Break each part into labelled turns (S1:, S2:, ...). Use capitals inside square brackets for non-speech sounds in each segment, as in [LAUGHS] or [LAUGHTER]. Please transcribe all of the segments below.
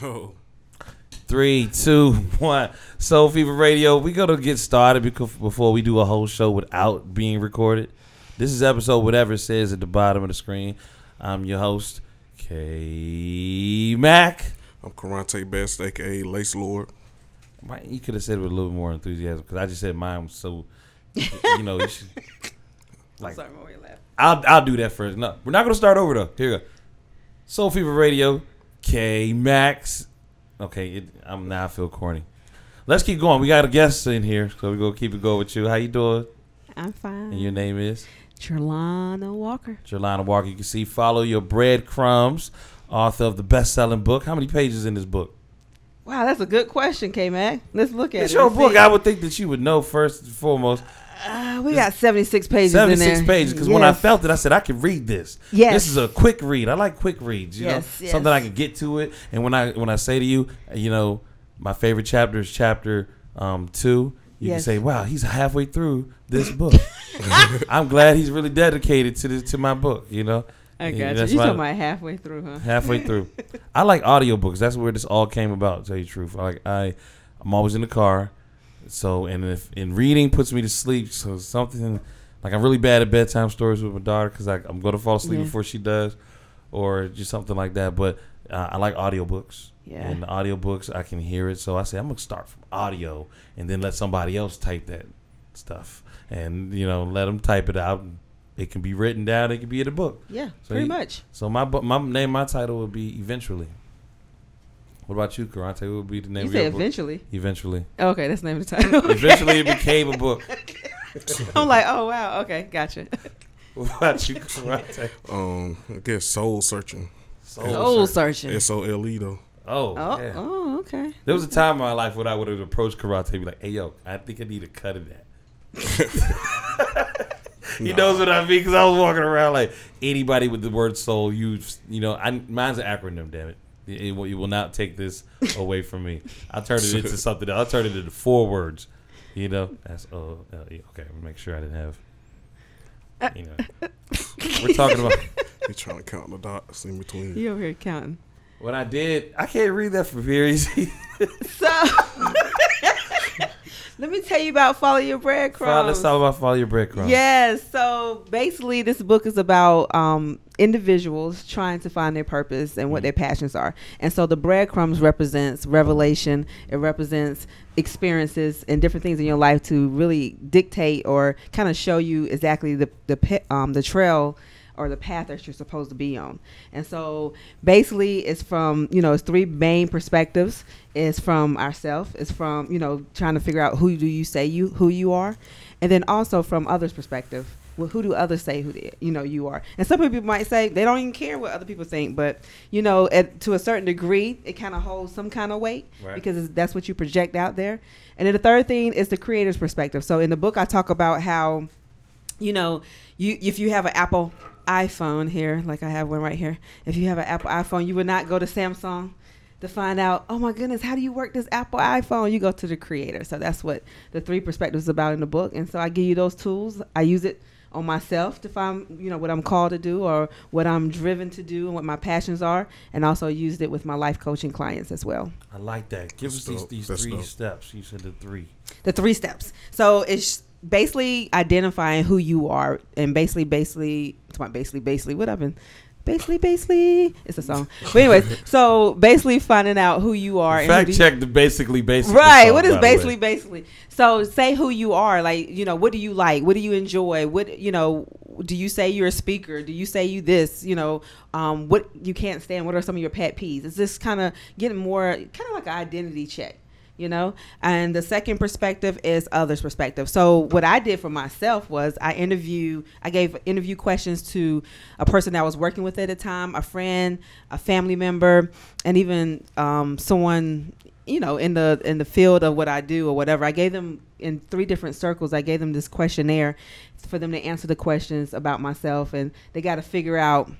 S1: Oh.
S2: Three, two, one. Soul Fever Radio. We gonna get started because before we do a whole show without being recorded. This is episode whatever it says at the bottom of the screen. I'm your host, K Mac.
S1: I'm Karante Best, aka Lace Lord.
S2: Why- You could have said it with a little more enthusiasm because I just said mine was so. You know, you should, like
S3: Sorry, Maria left.
S2: I'll I'll do that first. No, we're not gonna start over though. Here we go. Soul Fever Radio, K Max. Okay, it, I'm now I feel corny. Let's keep going. We got a guest in here, so we're gonna keep it going with you. How you doing?
S3: I'm fine.
S2: And your name is
S3: Trelana Walker.
S2: Jelana Walker. You can see follow your breadcrumbs, author of the best selling book. How many pages in this book?
S3: Wow, that's a good question, K Mac. Let's look at
S2: it's
S3: it.
S2: your
S3: and
S2: book.
S3: see.
S2: I would think that you would know first and foremost.
S3: Uh, we got 76 pages in there.
S2: 76 pages because when I
S3: Yes.
S2: felt it, I said, I can read this.
S3: Yes.
S2: This is a quick read. I like quick reads, you
S3: Yes,
S2: know,
S3: yes.
S2: something I can get to it. And when I when I say to you, you know, my favorite chapter is chapter um, two, you can
S3: Yes.
S2: say, wow, he's halfway through this
S3: [LAUGHS]
S2: book. I'm glad he's really dedicated to this, to my book, you know,
S3: I
S2: Yeah,
S3: got you.
S2: that's
S3: You
S2: why-
S3: talking about halfway through, [LAUGHS] huh?
S2: halfway through. I like audiobooks. That's where this all came about, to tell you the truth. Like I, I'm always in the car. So and if and reading puts me to sleep, so something like I'm really bad at bedtime stories with my daughter because I'm going to fall asleep
S3: Yeah.
S2: before she does, or just something like that. But uh, I like audiobooks.
S3: Yeah.
S2: And the audiobooks, I can hear it. So I say I'm gonna start from audio and then let somebody else type that stuff, and you know let them type it out. It can be written down. It can be in a book.
S3: Yeah,
S2: So
S3: pretty
S2: you-
S3: much.
S2: So my bu- my name, my title would be eventually. What about you, Karante? What would be the name
S3: You
S2: of your
S3: say
S2: book?
S3: eventually. Oh,
S2: Eventually.
S3: Okay, that's the name of the title.
S2: Eventually, it became a book.
S3: [LAUGHS]
S2: [LAUGHS]
S3: I'm like, oh, wow. Okay, gotcha.
S2: What about you, Karante?
S1: Um, I guess Soul Searching.
S2: Soul.
S3: Soul
S2: Search.
S3: searching.
S1: S O L E though. [LAUGHS]
S2: Oh,
S3: Oh,
S2: yeah.
S3: oh, okay.
S2: There was a time in my life when I would have approached Karate and be like, hey, yo, I think I need a cut of that. he
S1: Nah.
S2: knows what I mean because I was walking around like anybody with the word soul, you you know, I, mine's an acronym, damn it. It, it will, you will not take this away from me. I turned it into something. else. I turned it into four words. You know, that's oh okay. Make sure I didn't have. You know, we're talking about
S1: He's trying to count the dots in between.
S3: You over here counting.
S2: what I did. I can't read that from here. easy.
S3: So, [LAUGHS] let me tell you about Follow Your Breadcrumbs.
S2: Let's talk about follow your breadcrumbs.
S3: Yes. So basically, this book is about um, individuals trying to find their purpose and what their passions are. And so the breadcrumbs represents revelation. It represents experiences and different things in your life to really dictate or kind of show you exactly the the pe- um, the trail or the path that you're supposed to be on. And so basically it's from, you know, it's three main perspectives. It's from ourselves, it's from, you know, trying to figure out who do you say you who you are, and then also from others' perspective. Well, who do others say who they, you know you are? And some people might say they don't even care what other people think, but you know, at, to a certain degree, it kind of holds some kind of weight
S2: Right.
S3: because it's, that's what you project out there. And then the third thing is the creator's perspective. So in the book, I talk about how you know, you if you have an Apple iPhone here, like I have one right here, if you have an Apple iPhone, you would not go to Samsung to find out, oh my goodness, how do you work this Apple iPhone? You go to the creator. So that's what the three perspectives about in the book. And so I give you those tools. I use it on myself to find, you know, what I'm called to do or what I'm driven to do and what my passions are. And also used it with my life coaching clients as well.
S2: I like that. Give
S1: That's
S2: us
S1: dope.
S2: these, these
S1: That's
S2: three
S1: dope.
S2: steps. You said the three.
S3: the three steps. So it's basically identifying who you are and basically, basically, it's my basically, basically, what I've been. Basically, basically, it's a song.
S2: [LAUGHS]
S3: But anyways, so basically finding out who you are. and who
S2: Fact
S3: do-
S2: check the basically basically.
S3: Right.
S2: song,
S3: What
S2: by the
S3: is
S2: way.
S3: basically basically? So say who you are. Like you know, what do you like? What do you enjoy? What you know? Do you say you're a speaker? Do you say you this? You know, um, what you can't stand? What are some of your pet peeves? It's just kind of getting more kind of like an identity check. You know, and the second perspective is others' perspective. So what I did for myself was I interview, I gave interview questions to a person that I was working with at the time, a friend, a family member, and even um, someone you know in the in the field of what I do or whatever. I gave them in three different circles. I gave them this questionnaire for them to answer the questions about myself, and they got to figure out.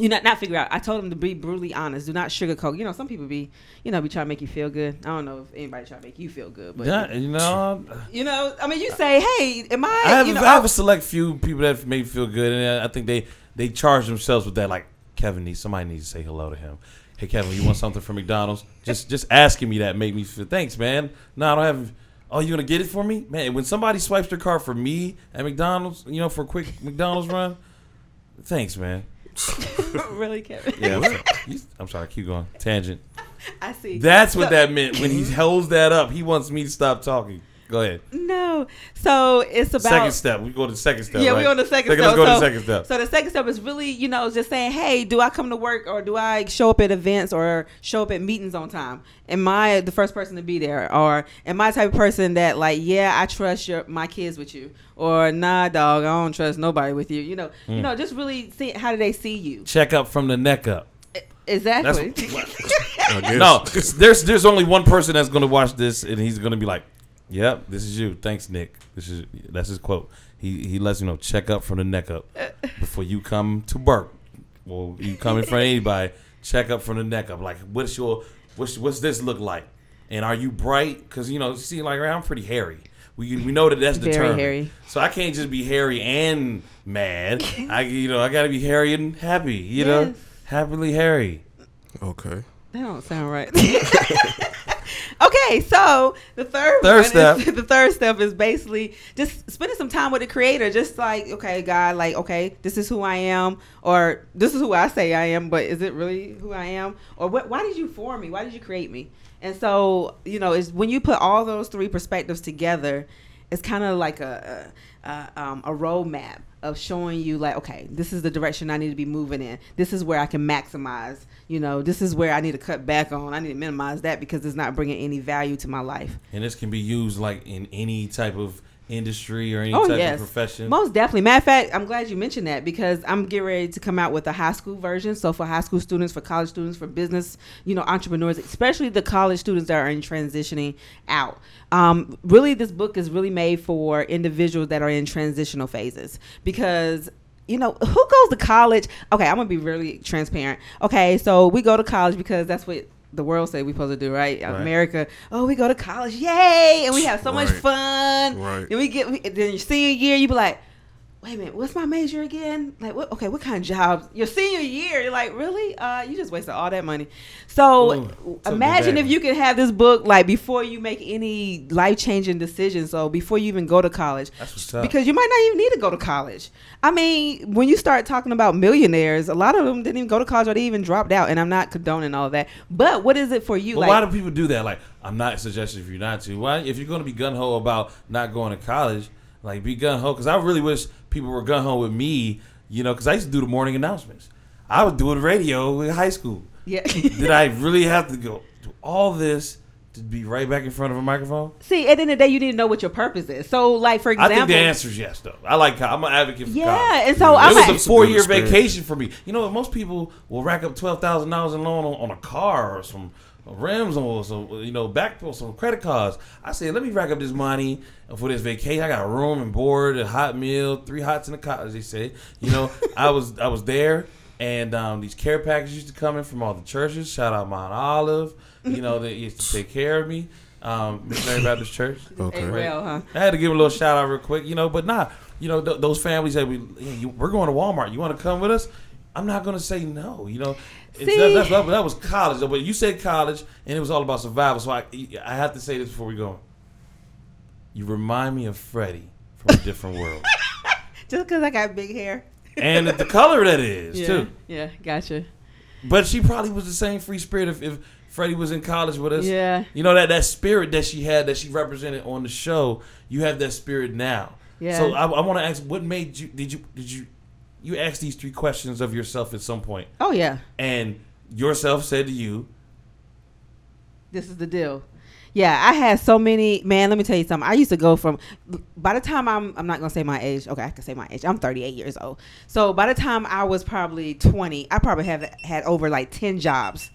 S3: You know, not figure out. I told them to be brutally honest. Do not sugarcoat. You know, some people be, you know, be trying to make you feel good. I don't know if anybody try to make you feel good, but
S2: Yeah, you know,
S3: you know, I mean, you say, "Hey, am I?"
S2: I have,
S3: you know,
S2: I have a select few people that make me feel good, and I think they they charge themselves with that. Like Kevin needs somebody needs to say hello to him. hey Kevin, you want something from McDonald's? Just just asking me that made me feel thanks, man. No, I don't have. Oh, you gonna get it for me, man? When somebody swipes their card for me at McDonald's, you know, for a quick McDonald's run, thanks, man. [LAUGHS]
S3: really, Kevin?
S2: Yeah, I'm sorry. You- I'm sorry. Keep going. Tangent.
S3: I see.
S2: That's what
S3: So-
S2: that meant when he holds that up. He wants me to stop talking. Go ahead.
S3: No. So it's about
S2: second step. We go to the second step.
S3: Yeah,
S2: right?
S3: we on the second
S2: Second- Let's
S3: step.
S2: go to the
S3: So-
S2: second step.
S3: So the second step is really, you know, just saying, hey, do I come to work or do I show up at events or show up at meetings on time? Am I the first person to be there? Or am I the type of person that like, yeah, I trust your my kids with you? Or nah, dog, I don't trust nobody with you. You know,
S2: Hmm.
S3: you know, just really see how do they see you? E,
S2: Check up from the neck up. That's
S3: Exactly. [LAUGHS]
S1: I guess.
S2: No, there's there's only one person that's gonna watch this, and he's gonna be like, "Yep, this is you. Thanks, Nick. This is that's his quote. He he lets you know check up from the neck up before you come to work. Well, you come in front of anybody, check up from the neck up. Like, what's your what's what's this look like? And are you bright? Because you know, see, like I'm pretty hairy. We, we know that that's the
S3: Very
S2: term.
S3: hairy.
S2: So I can't just be hairy and mad. I you know I gotta be hairy and happy. You know,
S3: Yes.
S2: happily hairy.
S1: Okay.
S3: That don't sound right. [LAUGHS] okay, so the third
S2: Third
S3: one [LAUGHS]
S2: step.
S3: Is, the third step is basically just spending some time with the creator. Just like, okay, God, like, okay, this is who I am, or this is who I say I am, but is it really who I am? Or what? Why did you form me? Why did you create me? And so, you know, is when you put all those three perspectives together, it's kind of like a a, a, um, a roadmap of showing you like okay this is the direction i need to be moving in this is where i can maximize you know this is where i need to cut back on i need to minimize that because it's not bringing any value to my life
S2: And this can be used like in any type of industry or any
S3: oh
S2: type
S3: yes
S2: of profession.
S3: most definitely matter of fact i'm glad you mentioned that because i'm getting ready to come out with a high school version so for high school students for college students for business you know entrepreneurs especially the college students that are in transitioning out um, really this book is really made for individuals that are in transitional phases because you know who goes to college okay i'm gonna be really transparent okay so we go to college because that's what the world said we supposed to do right?
S2: Right.
S3: america oh we go to college yay and we have so much
S1: Right.
S3: fun
S1: Right.
S3: then we get we, then your senior year you be like wait a minute what's my major again like what okay what kind of jobs your senior year you're like really uh you just wasted all that money so
S2: Ooh,
S3: w-
S2: took me
S3: imagine
S2: back.
S3: if you could have this book like before you make any life-changing decisions so before you even go to college
S2: That's what's up.
S3: because you might not even need to go to college. I mean, when you start talking about millionaires, a lot of them didn't even go to college or they even dropped out. And I'm not condoning all that. But what is it for you?
S2: but why do people do that? Like, I'm not suggesting for you not to. Why, if you're going to be gun ho about not going to college, like be gun ho. Because I really wish people were gun ho with me. You know, because I used to do the morning announcements. I was doing radio in high school.
S3: yeah.
S2: Did I really have to go do all this to be right back in front of a microphone?
S3: See, at the end of the day, you need to know what your purpose is. So, like for
S2: I
S3: example,
S2: think the answer is yes, though. I like. co- I'm an advocate for
S3: Yeah,
S2: college.
S3: and so
S2: it
S3: I'm
S2: was
S3: like-
S2: a four year
S1: It's a good experience.
S2: vacation for me. You know, what? most people will rack up twelve thousand dollars in loan on, on a car or some rims or some you know back or some credit cards. I said, let me rack up this money for this vacation. I got a room and board, a hot meal, three hots in the cottage. They say, you know, I was I was there. And um, these care packages used to come in from all the churches. Shout out Mount Olive. You know, they used to take care of me. Um, Missionary Baptist Church.
S1: Okay.
S3: Hey, Rel, huh?
S2: I had to give a little shout out real quick, you know. But nah, you know th- those families that we hey, you, we're going to Walmart. You want to come with us? I'm not gonna say no. You know, it's, that,
S3: See?
S2: that's, that, that was college. But you said college, and it was all about survival. So I I have to say this before we go. You remind me of Freddie from a different
S3: [LAUGHS]
S2: world,
S3: just because I got big hair,
S2: and the color that is
S3: yeah,
S2: too.
S3: yeah, gotcha.
S2: But she probably was the same free spirit if, if Freddie was in college with us.
S3: Yeah.
S2: You know that that spirit that she had that she represented on the show. You have that spirit now.
S3: Yeah.
S2: So I, I want to ask, what made you? Did you? Did you? You asked these three questions of yourself at some point,
S3: Oh yeah,
S2: and yourself said to you,
S3: this is the deal. Yeah, I had so many. Man, let me tell you something. I used to go from. By the time I'm, I'm not gonna say my age. Okay, I can say my age. I'm 38 years old. So by the time I was probably 20, I probably have had over like 10 jobs.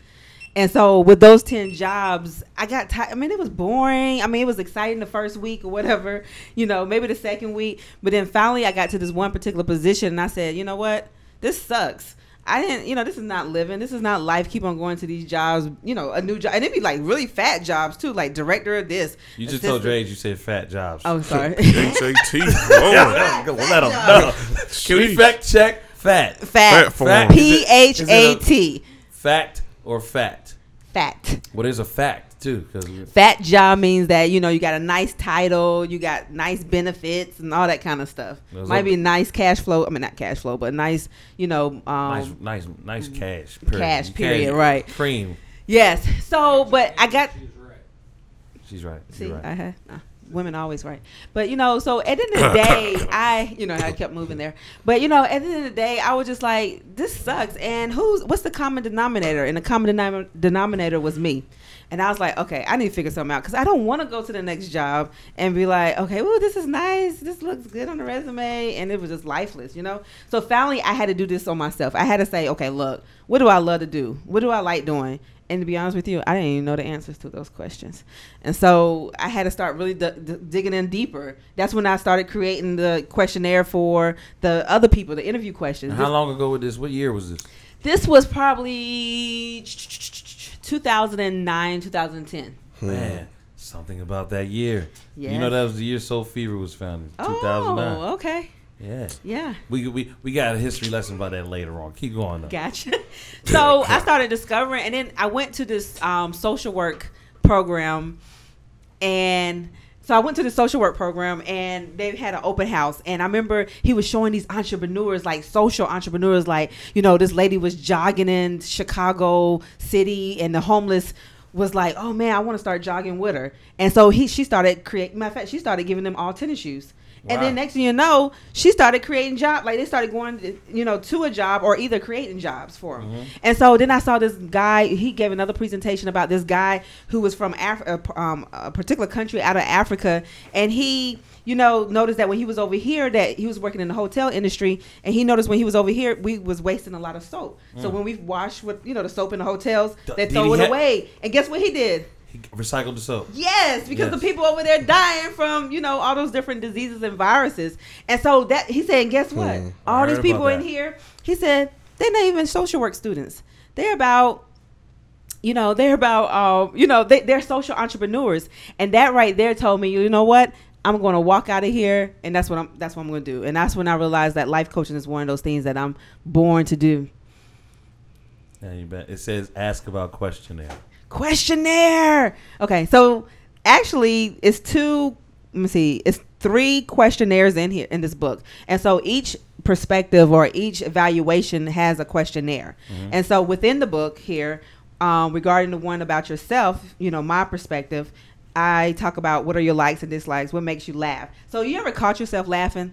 S3: And so with those 10 jobs, I got tired. I mean, it was boring. I mean, it was exciting the first week or whatever, you know, maybe the second week. But then finally, I got to this one particular position and I said, you know what? This sucks. I didn't, you know, this is not living. This is not life. Keep on going to these jobs, you know, a new job. And it'd be like really fat jobs too, like director of this.
S2: you just told your
S3: assistant-
S2: age. You said fat jobs. [LAUGHS]
S3: Oh, sorry.
S1: H A T. Lord.
S2: Let 'em know. [LAUGHS] Can we
S1: Sheesh.
S2: fact check fat?
S3: [LAUGHS] fat.
S1: Fat form.
S2: Fat.
S3: P H A T.
S2: Fact or fat?
S3: Fat.
S2: What is a fact too? 'Cause we-
S3: Fat job means that you know you got a nice title, you got nice benefits, and all that kind of stuff.
S2: Those
S3: Might
S2: are-
S3: be nice cash flow. I mean, not cash flow, but nice, you know, um,
S2: nice, nice, nice cash.
S3: Mm-hmm. Cash, period, right.
S2: Cream.
S3: yes. So, but I got
S2: She's right.
S3: See,
S2: You're right.
S3: I had, uh, women always right. But you know, so at the end of the day,
S2: [COUGHS]
S3: I you know I kept moving there. But you know, at the end of the day, I was just like, this sucks. And who's what's the common denominator? And the common denom- denominator was me. And I was like, okay, I need to figure something out because I don't want to go to the next job and be like, okay, well, this is nice. This looks good on the resume. And it was just lifeless, you know? So finally, I had to do this on myself. I had to say, okay, look, what do I love to do? What do I like doing? And to be honest with you, I didn't even know the answers to those questions. And so I had to start really d- d- digging in deeper. That's when I started creating the questionnaire for the other people, the interview questions.
S2: And
S3: This,
S2: how long ago was this? What year was this?
S3: this was probably 2009, 2010.
S2: Man, something about that year. You know
S3: Yes.
S2: that was the year Soul Fever was founded. Two thousand nine.
S3: Oh, okay.
S2: Yeah.
S3: Yeah.
S2: We, we we got a history lesson about that later on. Keep going though.
S3: Gotcha. So I started discovering, and then I went to this um, social work program, and so I went to the social work program, and they had an open house, and I remember he was showing these entrepreneurs, like social entrepreneurs, like you know, this lady was jogging in Chicago City, and the homeless was like, "Oh man, I want to start jogging with her," and so he she started create. Matter of fact, she started giving them all tennis shoes. And then
S2: Wow.
S3: next thing you know, she started creating job. Like they started going, to, you know, to a job or either creating jobs for them.
S2: Mm-hmm.
S3: And so then I saw this guy. He gave another presentation about this guy who was from Af- uh, p- um, a particular country out of Africa, and he. You know, noticed that when he was over here, that he was working in the hotel industry, and he noticed when he was over here, we was wasting a lot of soap. So when we wash with you know the soap in the hotels,
S2: D-
S3: they
S2: Mm. did
S3: throw
S2: he
S3: it
S2: ha-
S3: away. And guess what he did?
S2: He recycled the soap.
S3: Yes, because
S2: Yes.
S3: the people over there dying from you know all those different diseases and viruses, and so that he said, and guess what?
S1: Hmm.
S3: All
S2: I
S3: these
S2: heard
S3: people
S2: about
S3: in
S2: that.
S3: here, he said, they're not even social work students. They're about, you know, they're about, um, you know, they, they're social entrepreneurs, and that right there told me, you know what? I'm going to walk out of here, and that's what I'm. That's what I'm going to do, and that's when I realized that life coaching is one of those things that I'm born to do.
S2: Yeah, you bet. It says ask about questionnaire.
S3: questionnaire. Okay, so actually, it's two. Let me see. It's three questionnaires in here in this book, and so each perspective or each evaluation has a questionnaire. And so within the book here, um, regarding the one about yourself, you know, my perspective, I talk about what are your likes and dislikes, what makes you laugh. So you ever caught yougf laughing?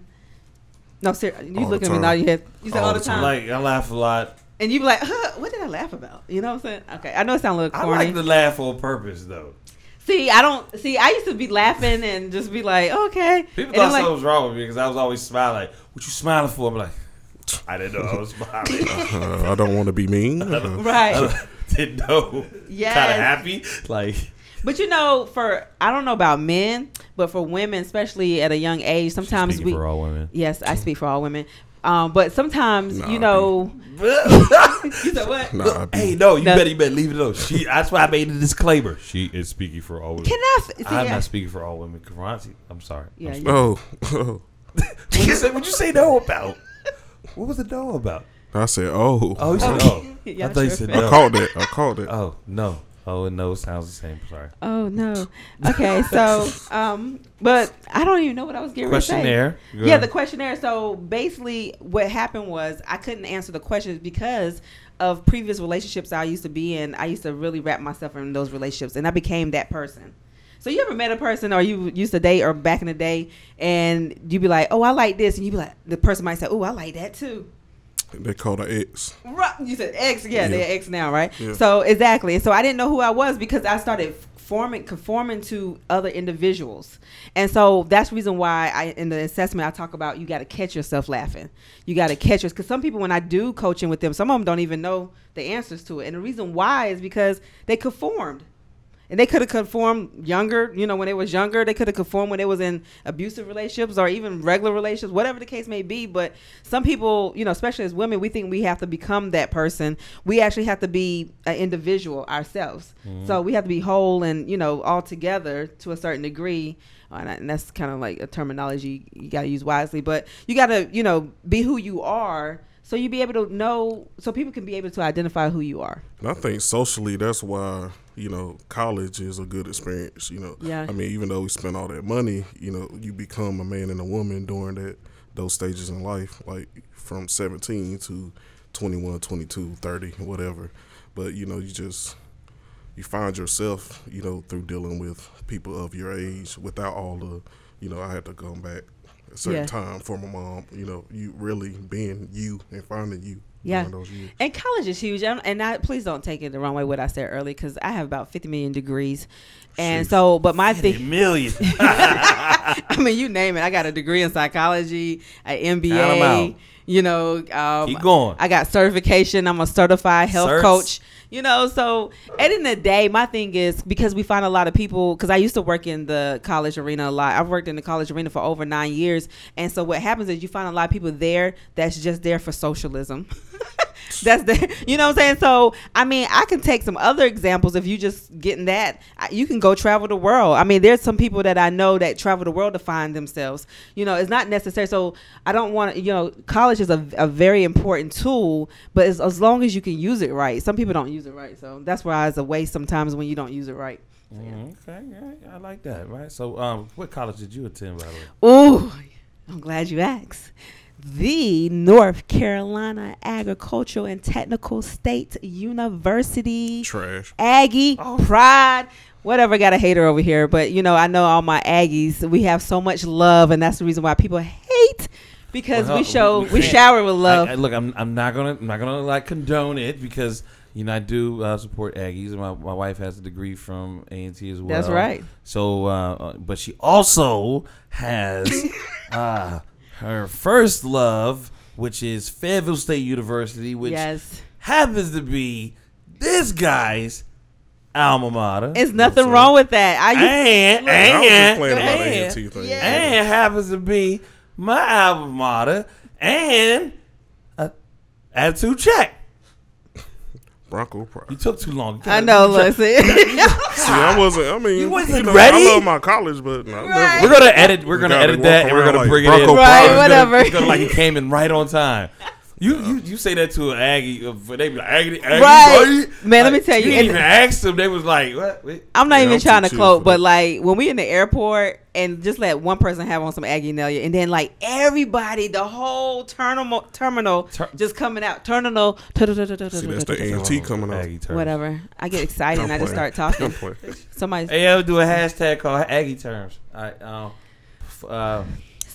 S3: No, sir. You
S1: All
S3: look
S1: the
S3: at me
S1: time.
S3: now. You head. You say all, the time,
S2: Oh, Like I laugh a lot.
S3: and you be like, huh, "What did I laugh about?" You know what I'm saying? Okay, I know it sounds a little
S2: I
S3: corny.
S2: like to laugh on purpose though.
S3: See, I don't see. I used to be laughing and just be like, okay.
S2: People
S3: And I'm
S2: thought
S3: like,
S2: something was wrong with me because I was always smiling. Like, what you smiling for? I'm like, [LAUGHS] I didn't know I was smiling.
S3: [LAUGHS]
S2: [LAUGHS]
S1: Uh, I don't want to be mean. Uh,
S3: right.
S2: I didn't know.
S3: Yes.
S2: Kind of happy. Like,
S3: But you know, for I don't know about men, but for women, especially at a young age, sometimes we.
S2: all women.
S3: Yes, I speak for all women. Um, but sometimes
S1: Nah, I
S3: you know,
S2: hey,
S3: [LAUGHS] you know what?
S1: nah, I be,
S2: no, you
S3: No.
S2: better you better leave it alone. She. That's why I made a disclaimer. She is speaking for all women.
S3: Can I? f- See,
S2: I'm
S3: yeah.
S2: not speaking for all women. Karanti, I'm sorry. I'm
S3: Yeah,
S2: sorry.
S3: you-
S1: oh, [LAUGHS] oh,
S2: [LAUGHS] What you say? What you say no about? What was the no about?
S1: I said, oh.
S2: Oh, you said
S3: Oh.
S2: no.
S3: Yeah,
S2: I thought you
S3: sure.
S2: said
S1: I
S2: no.
S1: called it. I called it.
S2: Oh no. Oh and no sounds the same. Sorry.
S3: Oh no. Okay, so um, but I don't even know what I was getting ready to say.
S2: Questionnaire.
S3: Yeah, the questionnaire. So basically, what happened was I couldn't answer the questions because of previous relationships I used to be in. I used to really wrap myself in those relationships, and I became that person. So you ever met a person, or you used to date, or back in the day, and you be like, "Oh, I like this," and you be like, the person might say, "Oh, I like that too."
S1: They called her X.
S3: Right. You said X. Yeah,
S1: Yeah.
S3: they're X now, right?
S1: Yeah.
S3: So exactly. So I didn't know who I was because I started forming conforming to other individuals. And so that's the reason why I in the assessment I talk about you got to catch yourself laughing. You got to catch yourself cuz some people when I do coaching with them, some of them don't even know the answers to it. And the reason why is because they conformed. And they could have conformed younger, you know, when they was younger. They could have conformed when they was in abusive relationships or even regular relationships, whatever the case may be. But some people, you know, especially as women, we think we have to become that person. We actually have to be an individual ourselves. So we have to be whole and, you know, all together to a certain degree. Uh, And I- and that's kind of like a terminology you got to use wisely. But you got to, you know, be who you are so you be able to know so people can be able to identify who you are
S1: And I think socially, that's why you know college is a good experience. You know,
S3: Yeah.
S1: I mean, even though we spend all that money, you know, you become a man and a woman during that those stages in life, like from 17 to 21, 22, 30, whatever. But you know, you just you find yourself, you know, through dealing with people of your age without all the, you know, I had to come back a certain
S3: Yeah.
S1: time for my mom. You know, you really being you and finding you.
S3: Yeah.
S1: during those years.
S3: And college is huge. I'm- And I please don't take it the wrong way what I said earlier because I have about 50 million degrees. And
S1: Shoot.
S3: so, but my
S2: A
S3: thing, [LAUGHS]
S2: million.
S3: I mean, you name it. I got a degree in psychology, an
S2: Count 'em out.
S3: MBA, you know. Um,
S2: Keep going.
S3: I got certification. I'm a certified health
S2: Certs.
S3: coach. You know, so at the end of the day, my thing is because we find a lot of people. Because I used to work in the college arena a lot. I've worked in the college arena for over nine years, and so what happens is you find a lot of people there that's just there for socialism. [LAUGHS] that's the you know what I'm saying. So I mean, I can take some other examples if you just getting that. I- You can go travel the world. I mean, there's some people that I know that travel the world to find themselves. You know, it's not necessary. So I don't want to. You know, college is a, a very important tool, but as, as long as you can use it right. Some people don't use it right, so that's why it's a waste sometimes when you don't use it right.
S2: Mm, okay, yeah, I like that. Right. So, um, what college did you attend, by the way?
S3: Ooh, I'm glad you asked. The North Carolina Agricultural and Technical State University.
S1: Trash.
S3: Aggie
S2: Oh.
S3: pride. Whatever got a hater over here, but you know, I know all my Aggies. We have so much love, and that's the reason why people hate because
S2: Well,
S3: we show
S2: we
S3: we,
S2: can't-
S3: shower with love.
S2: I, I, look, I'm, I'm not gonna I'm not gonna like condone it because you know I do uh, support Aggies. My my wife has a degree from A and T as well.
S3: That's right.
S2: So, uh, uh, but she also has uh, her first love, which is Fayetteville State University, which
S3: yes,
S2: happens to be this guy's alma mater.
S3: it's nothing
S1: sir.
S3: wrong with that. I used,
S2: and,
S1: I was just
S2: and,
S1: playing about the
S2: and-
S1: A&T thing.
S3: Yeah.
S2: and happens to be my alma mater and uh, attitude check.
S1: Bronco
S2: You
S1: pride.
S2: took too long.
S3: I know. Listen,
S1: See, I wasn't. I mean,
S2: You wasn't
S1: know,
S2: ready?
S1: I love my college, but no,
S3: Right.
S2: We're gonna edit. We're
S1: You
S2: gonna
S1: gotta
S2: edit
S1: walk
S2: that, and we're
S1: around
S2: gonna
S1: like
S2: bring it
S1: Bronco
S2: in.
S1: Right,
S2: It's gonna-
S3: whatever.
S2: It's gonna like it came in right on time. You you, you say that to an Aggie, uh, they be like Aggie, Aggie
S3: Right.
S2: boy."
S3: Man, let
S2: Like,
S3: me tell
S2: You
S3: you,
S2: didn't even
S3: and-
S2: ask them. They was like, what? Wait.
S3: [LAUGHS] I'm not
S1: Yeah,
S3: even
S1: I'm too
S3: trying to
S1: chill
S3: cloak,
S1: for
S3: but
S1: that.
S3: like when we in the airport and just let one person have on some Aggie Nelia, and then like everybody, the whole terminal, terminal,
S2: Ter-
S3: just coming out, terminal,
S1: See, that's the A&T coming out.
S2: Aggie terms.
S3: whatever. I get excited and I just start talking. Somebody's
S2: Hey, I'll do a hashtag called Aggie terms. All right. Um, f- uh,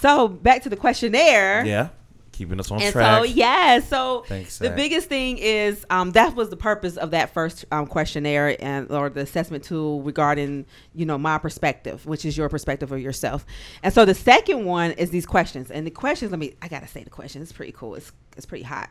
S3: So back to the questionnaire.
S2: yeah, keeping us on
S3: And
S2: track.
S3: so yeah, so
S2: Thanks,
S3: the
S2: Zach.
S3: biggest thing is um, that was the purpose of that first um, questionnaire and or the assessment tool regarding you know my perspective, which is your perspective of yourself. And so the second one is these questions, and the questions. Let me. I gotta say the questions. It's pretty cool. It's it's pretty hot.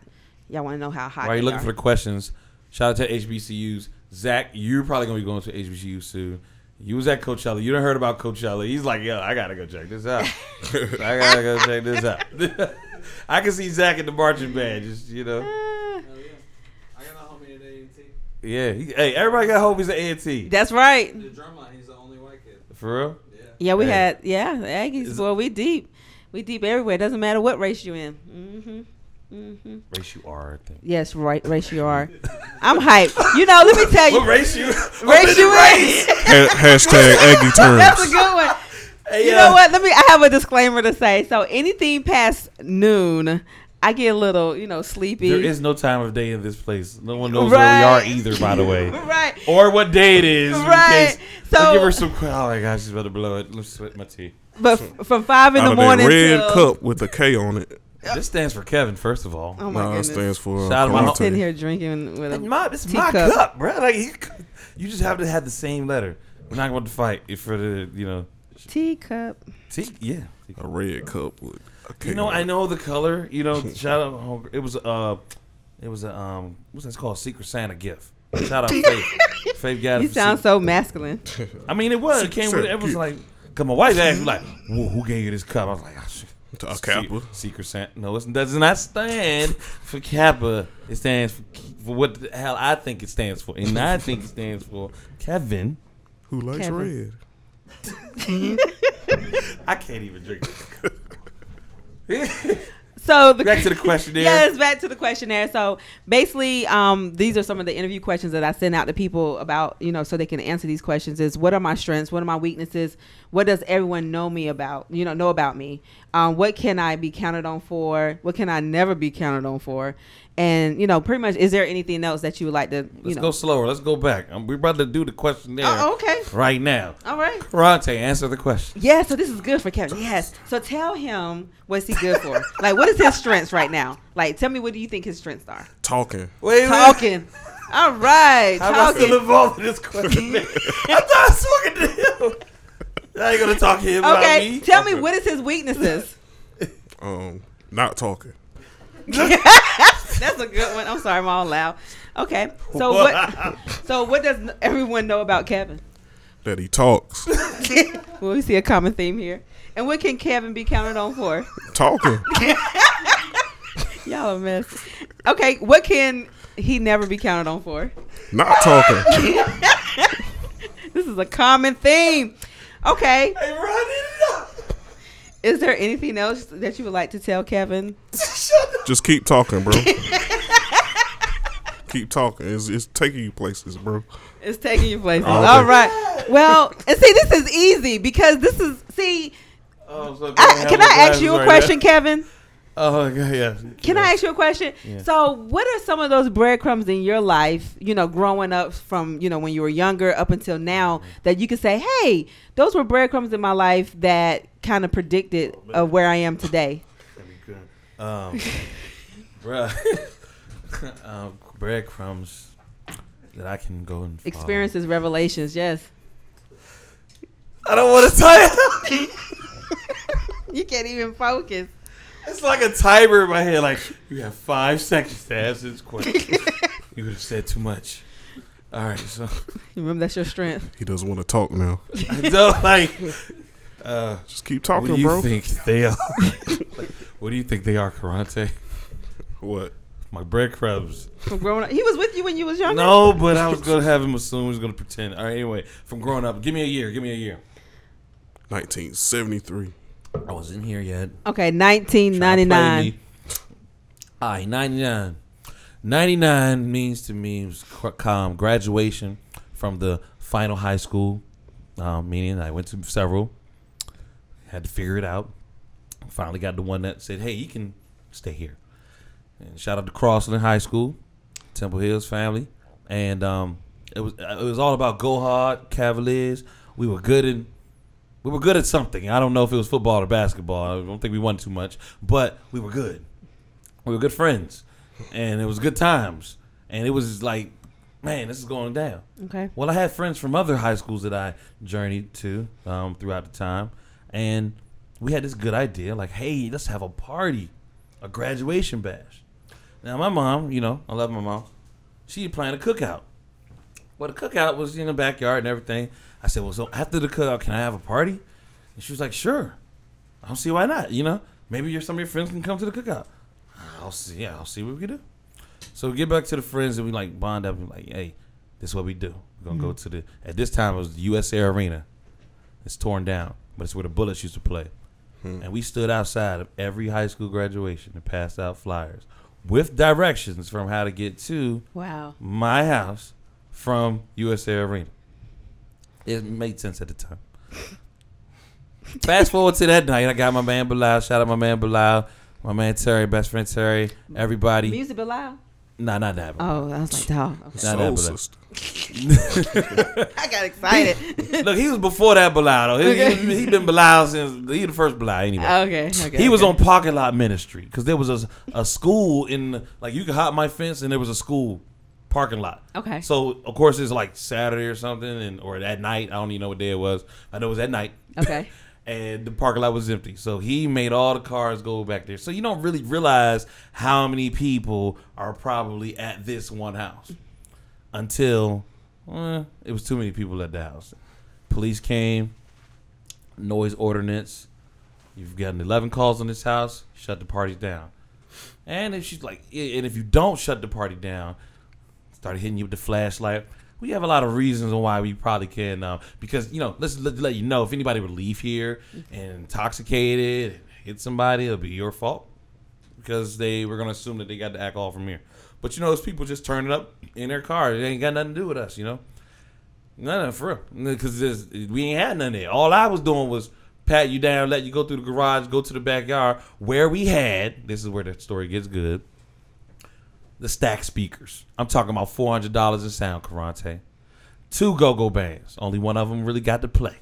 S3: Y'all want to know how hot?
S2: While
S3: they
S2: you're looking
S3: are.
S2: for the questions, shout out to HBCUs. Zach, you're probably gonna be going to HBCU soon. You was at Coachella. You done heard about Coachella. He's like, yo, I gotta go check this
S3: [LAUGHS]
S2: out. I gotta go check this out. [LAUGHS] I can see Zach in the marching band, just you know.
S3: Ah,
S4: Hell yeah. I got a homie at A&T.
S2: Yeah. He, hey, everybody got homies at A and T.
S3: that's right.
S4: The drumline, he's the only white kid.
S2: For real?
S4: Yeah.
S3: Yeah, we
S2: Hey.
S3: had yeah the Aggies.
S2: Is-
S3: Well, we deep. We deep everywhere. Doesn't matter what race you in. Mm-hmm. Mm-hmm.
S2: Race you are, I think.
S3: Yes, right, race you
S2: [LAUGHS]
S3: are. I'm hyped. You know, let me tell you,
S2: What race
S3: [LAUGHS]
S2: you?
S3: race you is.
S1: hashtag Aggie
S3: [LAUGHS] That's a
S1: terms.
S3: good one.
S2: Hey,
S3: You
S2: uh,
S3: know what? Let me. I have a disclaimer to say. So anything past noon, I get a little, you know, sleepy.
S2: There is no time of day in this place. No one knows
S3: Right.
S2: where we are either, by the way.
S3: [LAUGHS] right.
S2: or what day it is.
S3: Right.
S2: Right. So
S3: So-
S2: give her some. Oh my gosh, she's about to blow it. Let's sweat my tea.
S3: But f- from five in
S1: Out
S3: the
S1: of that
S3: morning
S1: red
S3: till
S1: cup with a K on it.
S2: This stands for Kevin, first of all.
S3: oh my
S1: Nah, it
S3: goodness,
S1: stands for. uh,
S2: Shout out my
S1: Conte.
S2: home-
S3: sitting here drinking with a
S2: my, this is
S3: Tea
S2: my
S3: cup.
S2: cup. bro. Like you, you just have to have the same letter. We're not going to fight if for the you know
S3: teacup.
S2: tea. Yeah. Tea.
S1: A red cup with a K.
S2: You know,
S1: on
S2: I
S1: it.
S2: know the color. You know, shout out. home- It was uh, it was a um, what's that called? Secret Santa gift.
S3: [LAUGHS]
S2: Shout out Faith. Faith got it.
S3: You
S2: for
S3: sound
S2: Secret-
S3: so masculine.
S2: I mean, it was. It came with.
S1: Santa
S2: It was
S1: gift.
S2: like. Cause my wife asked me like, "Who who gave you this cup?" I was like, oh, shit.
S1: To A Kappa.
S2: Se- Secret Santa. No, it does not stand for Kappa. It stands for, for what the hell I think it stands for. And I think it stands for Kevin.
S1: Who likes
S3: Kevin.
S1: red?
S2: I can't even drink.
S3: So
S2: [LAUGHS]
S3: the
S2: Back to
S3: [LAUGHS]
S2: the questionnaire.
S3: yes, back to the questionnaire. So basically, um, these are some of the interview questions that I send out to people about, you know, so they can answer these questions. Is what are my strengths? What are my weaknesses? What does everyone know me about? You know, know about me. Um, what can I be counted on for? What can I never be counted on for? And you know, pretty much, is there anything else that you would like to, you
S2: Let's
S3: know?
S2: go slower. Let's go back. Um, we're about to do the questionnaire
S3: Oh, okay.
S2: right now.
S3: All right.
S2: Karate, answer the question.
S3: Yeah, so this is good for Kevin. Yes. So tell him what's he good
S2: [LAUGHS]
S3: for? like, what is his strengths right now? Like, tell me what do you think his strengths are?
S1: Talking.
S2: Wait, [LAUGHS]
S3: Talking. All right.
S2: How am I still
S3: Talking.
S2: involved in this [LAUGHS] questionnaire? I thought I was talking to him. I ain't gonna talk to him
S3: Okay.
S2: about me.
S3: Tell me
S1: Okay.
S3: what is
S2: [LAUGHS]
S3: his weaknesses? [LAUGHS]
S1: Um, not talking.
S3: That's a good one. I'm sorry, I'm all loud. Okay.
S2: [LAUGHS]
S3: So what? So what does everyone know about Kevin?
S1: That he talks.
S3: Well, we see a common theme here. And what can Kevin be counted on for?
S1: talking.
S3: Y'all a mess. Okay. What can he never be counted on for?
S1: Not talking.
S3: This is a common theme. Okay.
S2: Hey, Ron, it up.
S3: Is there anything else that you would like to tell Kevin?
S1: Just keep talking,
S3: [LAUGHS]
S1: bro. keep talking. It's, it's taking you places, bro.
S3: It's taking you places.
S1: Oh, okay.
S3: All right. Well, and see, this is easy because this is see.
S2: Oh, I'm so glad
S3: I,
S2: have
S3: Ah, can
S2: my
S3: I ask
S2: glasses
S3: you a
S2: right
S3: question,
S2: now.
S3: Kevin?
S2: Oh, yeah, yeah.
S3: Can I ask you a question?
S2: Yeah.
S3: So, what are some of those breadcrumbs in your life, you know, growing up from, you know, when you were younger up until now
S2: Mm-hmm.
S3: that you could say, hey, those were breadcrumbs in my life that kind of predicted
S2: Oh,
S3: of where I am
S2: [LAUGHS]
S3: today?
S2: Um, bruh, [LAUGHS] um, breadcrumbs that I can go and follow.
S3: Experiences, revelations, yes.
S2: I don't want to tie.
S3: You can't even [LAUGHS] focus.
S2: it's like a timer in my head. Like you have five seconds to answer this question. you would have said too much. All right, so
S3: You remember that's your strength.
S1: He doesn't want to talk now.
S2: I don't like. Uh,
S1: Just keep
S2: what do
S1: talking,
S2: you
S1: bro.
S2: think they are? [LAUGHS] what do you think they are, Karate?
S1: What?
S2: My breadcrumbs.
S3: From growing up, he was with you when you was younger.
S2: No, but I was gonna have him assume he was gonna pretend. All right, anyway, from growing up, give me a year. Give me a year.
S1: 1973.
S2: I wasn't here yet.
S3: Okay,
S2: Trying to play
S3: 1999.
S2: me. All right, 99. 99 means to me was qu- calm graduation from the final high school, um, meaning I went to several, had to figure it out. Finally got the one that said, hey, you can stay here. And shout out to Crossland High School, Temple Hills family. And um, it was it was all about go hard, Cavaliers. We were good in we were good at something. I don't know if it was football or basketball. I don't think we won too much, but we were good. We were good friends, and it was good times. And it was like, man, this is going down.
S3: Okay.
S2: Well, I had friends from other high schools that I journeyed to um, throughout the time, and we had this good idea, like, hey, let's have a party, a graduation bash. Now, my mom, you know, I love my mom. She planned a cookout. Well, the cookout was in the backyard and everything. I said, well, so after the cookout, can I have a party? And she was like, sure. I don't see why not. You know, maybe your some of your friends can come to the cookout. I'll see. Yeah, I'll see what we can do. So we get back to the friends and we like bond up and like, hey, this is what we do. We're gonna go to the at this time it was the USA Arena. It's torn down, but it's where the Bullets used to play. And we stood outside of every high school graduation and passed out flyers with directions from how to get to
S3: Wow.
S2: my house from USA Arena. It made sense at the time. Fast forward to that night, I got my man Bilal. Shout out my man Bilal, my man Terry, best friend Terry, everybody.
S3: Music Bilal.
S2: Nah, not that. one.
S3: Oh, I was like, dog. Okay.
S2: Not
S1: Soul
S2: that, but-
S1: sister.
S3: [LAUGHS] I
S2: [LAUGHS]
S3: got excited.
S2: Look, he was before that Bilal. though. He,
S3: Okay. Ah,
S2: he, he been Bilal since he the first Bilal anyway.
S3: okay. Okay.
S2: he was
S3: okay.
S2: on Pocket Lot Ministry because there was a, a school in like you could hop my fence and there was a school parking lot.
S3: Okay.
S2: So of course it's like Saturday or something and or that night I don't even know what day it was. I know it was at night.
S3: Okay.
S2: [LAUGHS] and the parking lot was empty. So he made all the cars go back there. So you don't really realize how many people are probably at this one house until eh, it was too many people at the house. Police came, noise ordinance. You've gotten 11 calls on this house, shut the party down. And if she's like, and if you don't shut the party down, started hitting you with the flashlight. We have a lot of reasons on why we probably can, um, because you know, let's let, let you know if anybody would leave here and intoxicated and hit somebody, it'll be your fault because they were gonna assume that they got the alcohol from here. But you know, those people just turn it up in their car. It ain't got nothing to do with us, you know. No, no, for real. Because we ain't had none of it. All I was doing was pat you down, let you go through the garage, go to the backyard where we had. This is where the story gets good. The stack speakers. I'm talking about four hundred dollars in sound, Karante. Two go-go bands. Only one of them really got to play.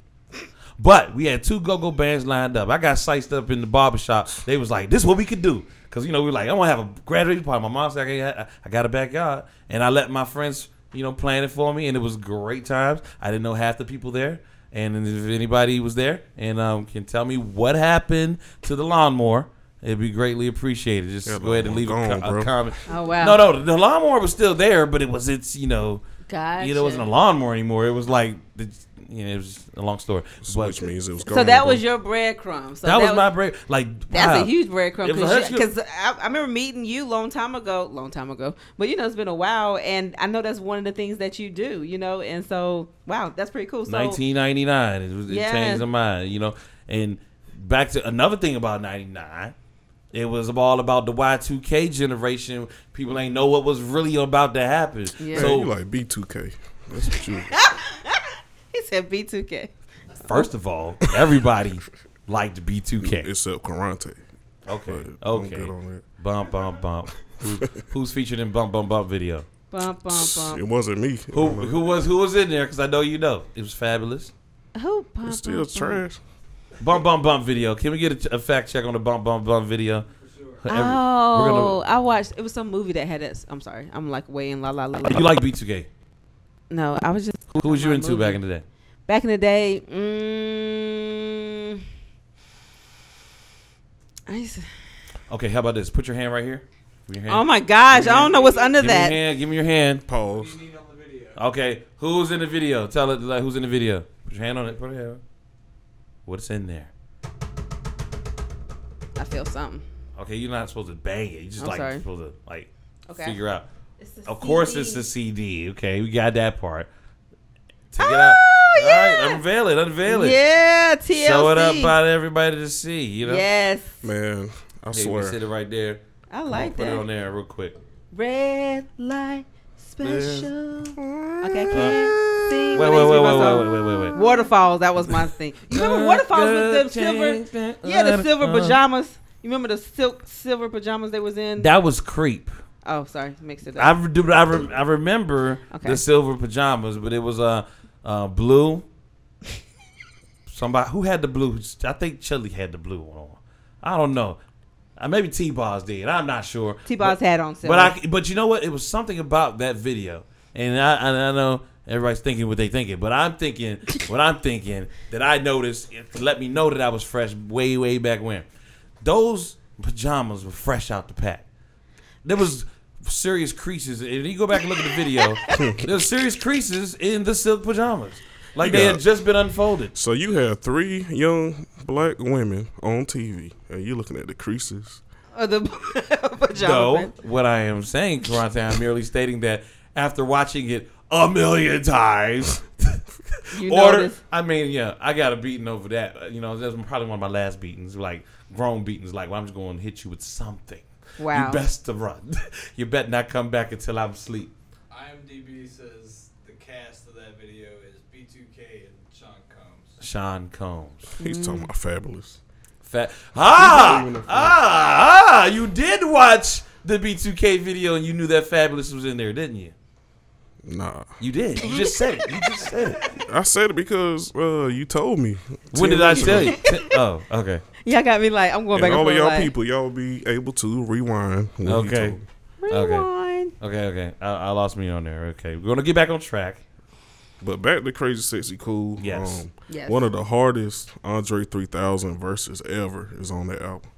S2: But we had two go-go bands lined up. I got sized up in the barbershop. They was like, "This is what we could do," because you know we were like, "I want to have a graduation party." My mom said, "I can't ha- I got a backyard," and I let my friends, you know, plan it for me, and it was great times. I didn't know half the people there, and if anybody was there and um, can tell me what happened to the lawnmower, it'd be greatly appreciated. Just
S1: Yeah,
S2: go ahead and leave a,
S1: gone,
S2: co-
S1: bro.
S2: a comment.
S3: Oh, wow.
S2: Um, No, no, the lawnmower was still there, but it was its, you know,
S5: Gotcha.
S2: it wasn't a lawnmower anymore. It was like, the, you know, it was a long story. But-
S1: which means it was gone.
S3: So that
S1: bro.
S3: was your breadcrumb. So
S2: that, was, my break. Like
S3: That's
S2: wow.
S3: a huge breadcrumb
S2: It was a huge-
S3: because I, I remember meeting you long time ago, long time ago. But you know, it's been a while, and I know that's one of the things that you do. You know, and so wow, that's pretty cool. So
S2: 1999. It, was, it
S3: Yeah.
S2: changed my mind, you know. And back to another thing about 99. It was all about the Y2K generation. People ain't know what was really about to happen.
S3: Yeah.
S1: Man,
S2: So
S1: you like B2K. That's what
S2: [LAUGHS]
S1: you.
S3: he said B2K.
S2: first of all, everybody [LAUGHS] liked B2K.
S1: except Karante.
S2: Okay.
S1: But I'm good
S2: Okay.
S1: on that.
S2: Bump bump bump. Who- Who's featured in bump bump bump video?
S3: Bum, bum,
S1: It
S3: bum.
S1: wasn't me.
S2: Who
S1: I don't know.
S2: who was who was in there? Because I know you know it was fabulous.
S3: Who? Bum,
S1: It's still
S3: bum,
S1: trash.
S2: Bump bump bump video. Can we get a, a fact check on the bump bump bump video?
S3: bum.
S2: Every- we're gonna-
S3: Oh, I watched. It was some movie that had it. I'm sorry. I'm like way in la la la. la.
S2: You like B2K?
S3: No, I was just
S2: Who was you
S3: My
S2: into
S3: movie.
S2: back in the day?
S3: back in the day. Mm, I used to-
S2: Okay, how about this? Put your hand right here. Give me your hand.
S3: oh my gosh, I don't know what's under
S2: Give me your
S3: that.
S2: hand. Give me your hand.
S1: Pause.
S4: You need on the video.
S2: Okay, who's in the video? Tell it like, who's in the video. Put your hand on it. Put your hand. on it. What's in there?
S3: I feel something.
S2: Okay, you're not supposed to bang it. You just
S3: I'm
S2: like
S3: sorry.
S2: supposed to like
S3: Okay.
S2: figure out.
S3: It's
S2: Of course, it's the CD. Okay, we got that part. Take it
S3: Oh,
S2: out. All right,
S3: yeah.
S2: unveil it. Unveil it.
S3: Yeah, TLC.
S2: Show it up out to everybody to see. You know.
S3: Yes,
S1: Man, I
S2: Hey, we sit
S1: swear.
S2: it right there.
S3: I
S2: Come on,
S3: like
S2: Put it on
S3: that.
S2: there real quick.
S3: Red light special. Okay, I can't
S1: Wait,
S2: Uh, Wait,
S3: sing. but
S2: wait, wait,
S3: it's my
S2: wait,
S3: song.
S2: wait, wait, wait, wait.
S3: Waterfalls. That was my thing. You remember waterfalls with the silver? Yeah, the silver
S2: Uh,
S3: pajamas. You remember the silk silver pajamas they was in?
S2: That was creep.
S3: oh, sorry, mixed it
S2: I
S3: up.
S2: re- do. I, re- I remember
S3: Okay.
S2: the silver pajamas, but it was uh, uh blue. Somebody who had the blue. I think Chili had the blue one on. I don't know. Uh, maybe T Boz did. I'm not sure.
S3: T Bob's hat on silver.
S2: But I, but you know what? It was something about that video, and I, and I know everybody's thinking what they thinking, but I'm thinking what I'm thinking that I noticed. It let me know that I was fresh way, way back when. Those pajamas were fresh out the pack. There was serious creases. If you go back and look at the video, there's serious creases in the silk pajamas, like they had just been unfolded.
S1: So you have three young black women on TV, and you looking at the creases.
S3: [LAUGHS] Or the [LAUGHS] pajama.
S2: No, what I am saying, Karate, I'm merely stating that after watching it a million times,
S3: [LAUGHS] You
S2: order.
S3: notice.
S2: I mean, yeah, I got a beating over that. Uh, You know, that's probably one of my last beatings, like grown beatings. Like, well, I'm just going to hit you with something.
S3: Wow.
S2: You best to run. [LAUGHS] you bet not come back until I'm asleep.
S4: IMDb says the cast of that video is B2K and Sean Combs.
S2: Sean Combs.
S1: He's
S3: Mm-hmm.
S1: talking about fabulous.
S2: Fat. Ah, ah, ah! You did watch the B2K video, and you knew that Fabulous was in there, didn't you?
S1: Nah,
S2: You did. You just said it. You just said it.
S1: I said it because uh, you told me.
S2: When did I tell you? [LAUGHS] Oh, okay.
S3: [LAUGHS] Y'all got me like I'm going
S1: And
S3: back.
S1: all of
S3: and forth,
S1: y'all
S3: like,
S1: people, y'all be able to rewind. When you
S2: Okay.
S1: told me.
S2: Okay.
S3: Rewind.
S2: Okay, okay. I, I lost me on there. Okay. We're going to get back on track.
S1: But back to Crazy Sexy Cool.
S2: Yes.
S1: Um,
S3: Yes.
S1: One of the hardest Andre 3000 verses ever is on that album.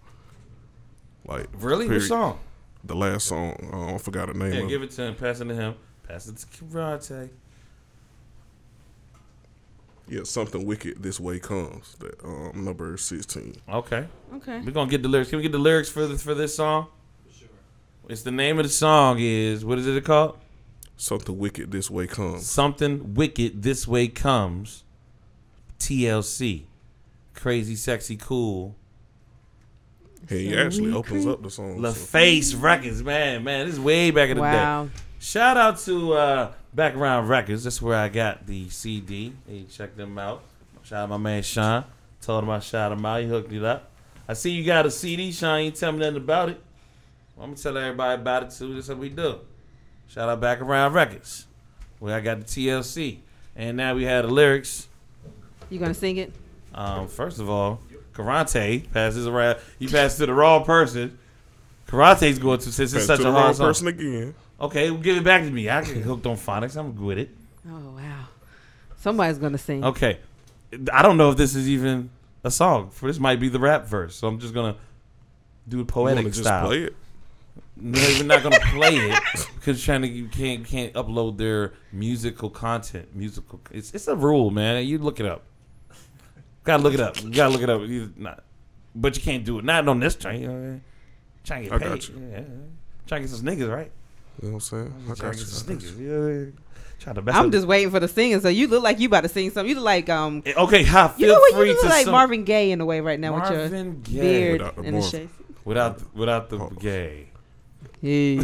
S1: Like
S2: Really? Which
S1: period.
S2: song?
S1: The last song. Uh, I forgot the name
S2: Yeah,
S1: of
S2: give
S1: it.
S2: it to him. Pass it to him. Pass it to Karate.
S1: Yeah, something wicked this way comes. That um, number 16.
S2: Okay.
S3: Okay.
S2: We're going to get the lyrics. Can we get the lyrics for this, for this song?
S4: For sure.
S2: It's the name of the song is, what is it called?
S1: Something wicked this way comes.
S2: Something Wicked This Way Comes. TLC. Crazy, sexy, cool.
S1: And he
S3: So
S1: actually
S3: we
S1: opens
S3: creep.
S1: up the song. so-
S2: LaFace Records, man, man, this is way back in the day.
S3: Wow.
S2: Shout out to uh, Background Records. That's where I got the CD. Hey, check them out. Shout out my man Sean. Told him I shout him out. He hooked it up. I see you got a CD, Sean. You ain't tell me nothing about it. I'm gonna tell everybody about it too. That's what we do. Shout out Background Records, where I got the TLC. And now we had the lyrics.
S3: You gonna sing it?
S2: Um, first of all, Karate passes around. You pass to the wrong person. Karate's going to since
S1: Pass
S2: it's such
S1: to
S2: a
S1: the wrong
S2: hard song.
S1: person again.
S2: Okay, well, give it back to me. I get hooked on phonics. I'm good with it.
S3: Oh wow. Somebody's gonna sing.
S2: Okay. I don't know if this is even a song. For this might be the rap verse. So I'm just gonna
S1: You
S2: do it
S1: wanna
S2: poetic
S1: just
S2: style.
S1: play it?
S2: No, we're not
S1: [LAUGHS]
S2: gonna play it because trying to you can't can't upload their musical content. Musical, it's it's a rule, man. You look it up. Gotta look it up. You gotta look it up. You not, but you can't do it. Not on this train. You know what I mean? Trying to
S1: I
S2: get paid.
S1: got you.
S2: Yeah. Trying to get some niggas right.
S1: You know what I'm saying? I
S2: Trying
S1: got
S2: to
S1: you. I
S2: get some
S1: got
S2: niggas.
S1: you.
S2: Yeah. Trying to best.
S3: I'm just waiting for the singing. So you look like you about to sing something. You look like um.
S2: Eh, okay. Ha,
S3: You
S2: feel
S3: know what?
S2: free
S3: You look
S2: to
S3: like
S2: some-
S3: Marvin Gaye in a way right now with your
S2: Marvin Gaye.
S3: beard
S1: Without the
S3: and the
S1: Marvin.
S2: [LAUGHS]
S3: shape.
S2: without the- without the
S1: Oh.
S2: gay.
S3: Hey.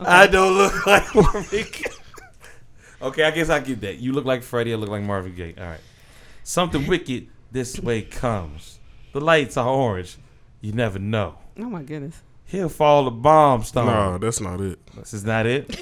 S2: I don't look [LAUGHS] like Marvin Gaye. [LAUGHS] okay, I guess I get that. You look like Freddie, I look like Marvin Gaye. All right. [LAUGHS] Something wicked this way comes. The lights are orange. You never know.
S3: Oh my goodness.
S2: He'll fall the bomb stone.
S1: Nah, that's not it.
S2: This is not it.
S3: [LAUGHS]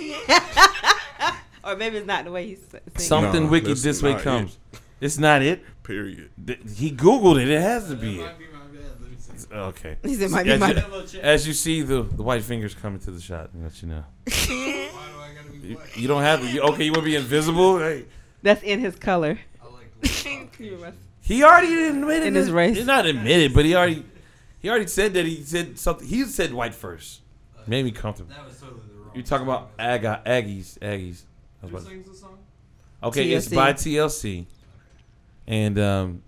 S3: Or maybe it's not the way he's singing.
S2: Something
S1: Nah,
S2: wicked
S1: that's
S2: this way
S1: not it.
S2: comes. It's not it.
S1: Period.
S2: Th- He Googled it. It has to
S4: That
S2: be it.
S4: might be my bad. Let me see.
S2: Okay.
S3: He said, "Might be
S2: As
S3: my
S2: you,
S3: bad."
S4: Hello, chat.
S2: as you see the, the white fingers coming to the shot, I'll let you know.
S4: Why do I gotta be
S2: You,
S4: white?
S2: you don't have to. You, okay, you want to be invisible? Hey.
S3: [LAUGHS] That's in his color.
S4: I like black Caucasian.
S2: He already admitted
S3: In his
S2: it.
S3: race.
S2: He's not admitted, but he already he already said that he said something. He said white first. Made me comfortable.
S4: That was totally the wrong.
S2: You talking about Ag- Aggies? Aggies. I was
S4: Who
S2: about to-
S4: sings the song?
S2: Okay, it's
S3: TLC.
S2: by TLC, and um,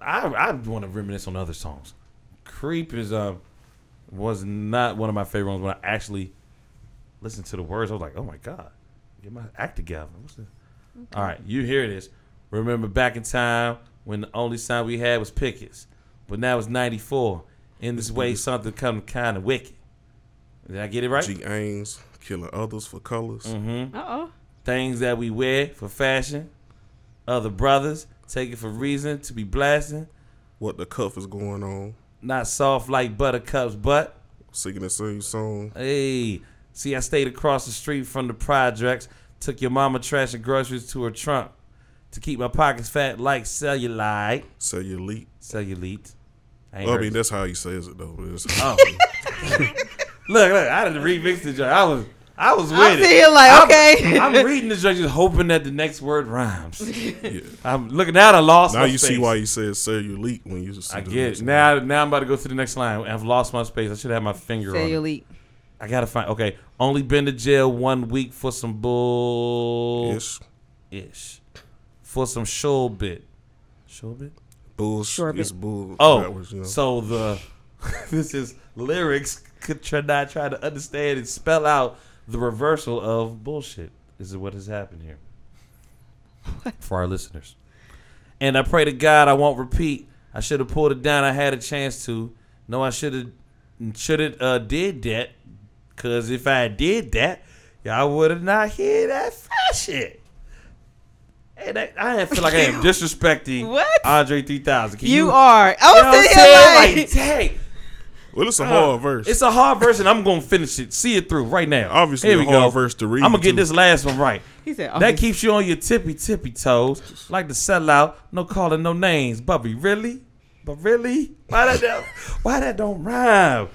S2: I I want to reminisce on other songs. Creep is um was not one of my favorite ones when I actually listened to the words. I was like, oh my god, get my act together. What's this? All right, you hear this. Remember back in time when the only sign we had was pickets, but now it's '94. In this way, something come kind of wicked. Did I get it right?
S1: G. Ains killing others for colors.
S2: Mm-hmm
S3: Uh oh.
S2: things that we wear for fashion, other brothers take it for reason to be blasting,
S1: What the cuff is going on?
S2: not soft like buttercups, but
S1: Singing the same song.
S2: hey, see, I stayed across the street from the projects, took your mama trash and groceries to her trunk to keep my pockets fat like cellulite,
S1: Say your leap.
S2: cellulite. I ain't
S1: I
S2: heard
S1: mean,
S2: it.
S1: that's how he says it though. It's-
S2: oh. look, look, I didn't remix the joint. I was, I was with
S3: I'm
S2: it.
S3: sitting here like,
S2: I'm-
S3: okay.
S2: I'm, reading the joint, just hoping that the next word rhymes.
S1: [LAUGHS]
S3: [LAUGHS]
S1: yeah.
S2: [LAUGHS] I'm looking out. I lost.
S1: Now
S2: my
S1: you see
S2: space.
S1: why he says "say your leap" when you see
S2: I
S1: the
S2: get
S1: next
S2: it.
S1: one.
S2: now. Now I'm about to go to the next line. I've lost my space. I should have my finger
S3: Say
S2: on.
S3: your
S2: It.
S3: leak.
S2: I gotta find. Okay, only been to jail one week for some bull
S1: Ish,
S2: ish, for some show bit, show bit.
S1: bull.
S3: Sure,
S1: it's bull.
S2: Oh,
S1: backwards, you know.
S2: so the [LAUGHS] this is lyrics. Could try not try to understand and spell out the reversal of bullshit. Is what has happened here for our listeners. And I pray to God I won't repeat. I should have pulled it down. I had a chance to. No, I should have should have uh, did that. Cause if I did that, y'all would have not hear that fresh shit. And I, I feel like I
S3: [LAUGHS]
S2: am disrespecting
S3: What?
S2: Andre 3000. Can
S3: You, are. Oh, I was
S2: you know what I'm
S3: sitting here
S2: saying?
S3: like,
S2: Like, dang.
S1: well, it's a hard verse.
S2: uh, It's a hard verse, and I'm gonna finish it. See it through right now.
S1: Obviously a hard verse to read,
S2: I'm gonna get
S1: too.
S2: this last one right.
S3: [LAUGHS] he said,
S2: That
S3: "Obvious."
S2: keeps you on your tippy tippy toes, like the sellout. No calling, no names, Bubby. Really, but really, why that? Don't, [LAUGHS] why that don't rhyme?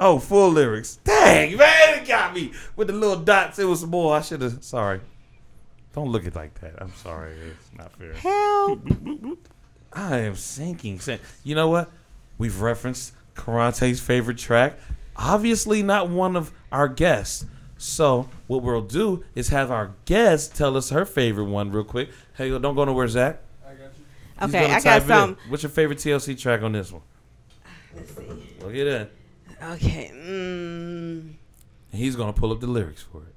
S2: Oh, full lyrics. Dang man, it got me with the little dots. It was more. I should have. Sorry. Don't look it like that. I'm sorry. It's not fair.
S3: Help.
S2: I am sinking. Sin- You know what? We've referenced Karante's favorite track. Obviously, not one of our guests. So, what we'll do is have our guest tell us her favorite one real quick. Hey, don't go nowhere, Zach.
S4: I got you.
S2: He's
S3: Okay,
S2: gonna
S3: I got
S2: type it in.
S3: some.
S2: What's your favorite TLC track on this one?
S3: Let's see.
S2: Look at that.
S3: Okay. Mm.
S2: He's going to pull up the lyrics for it.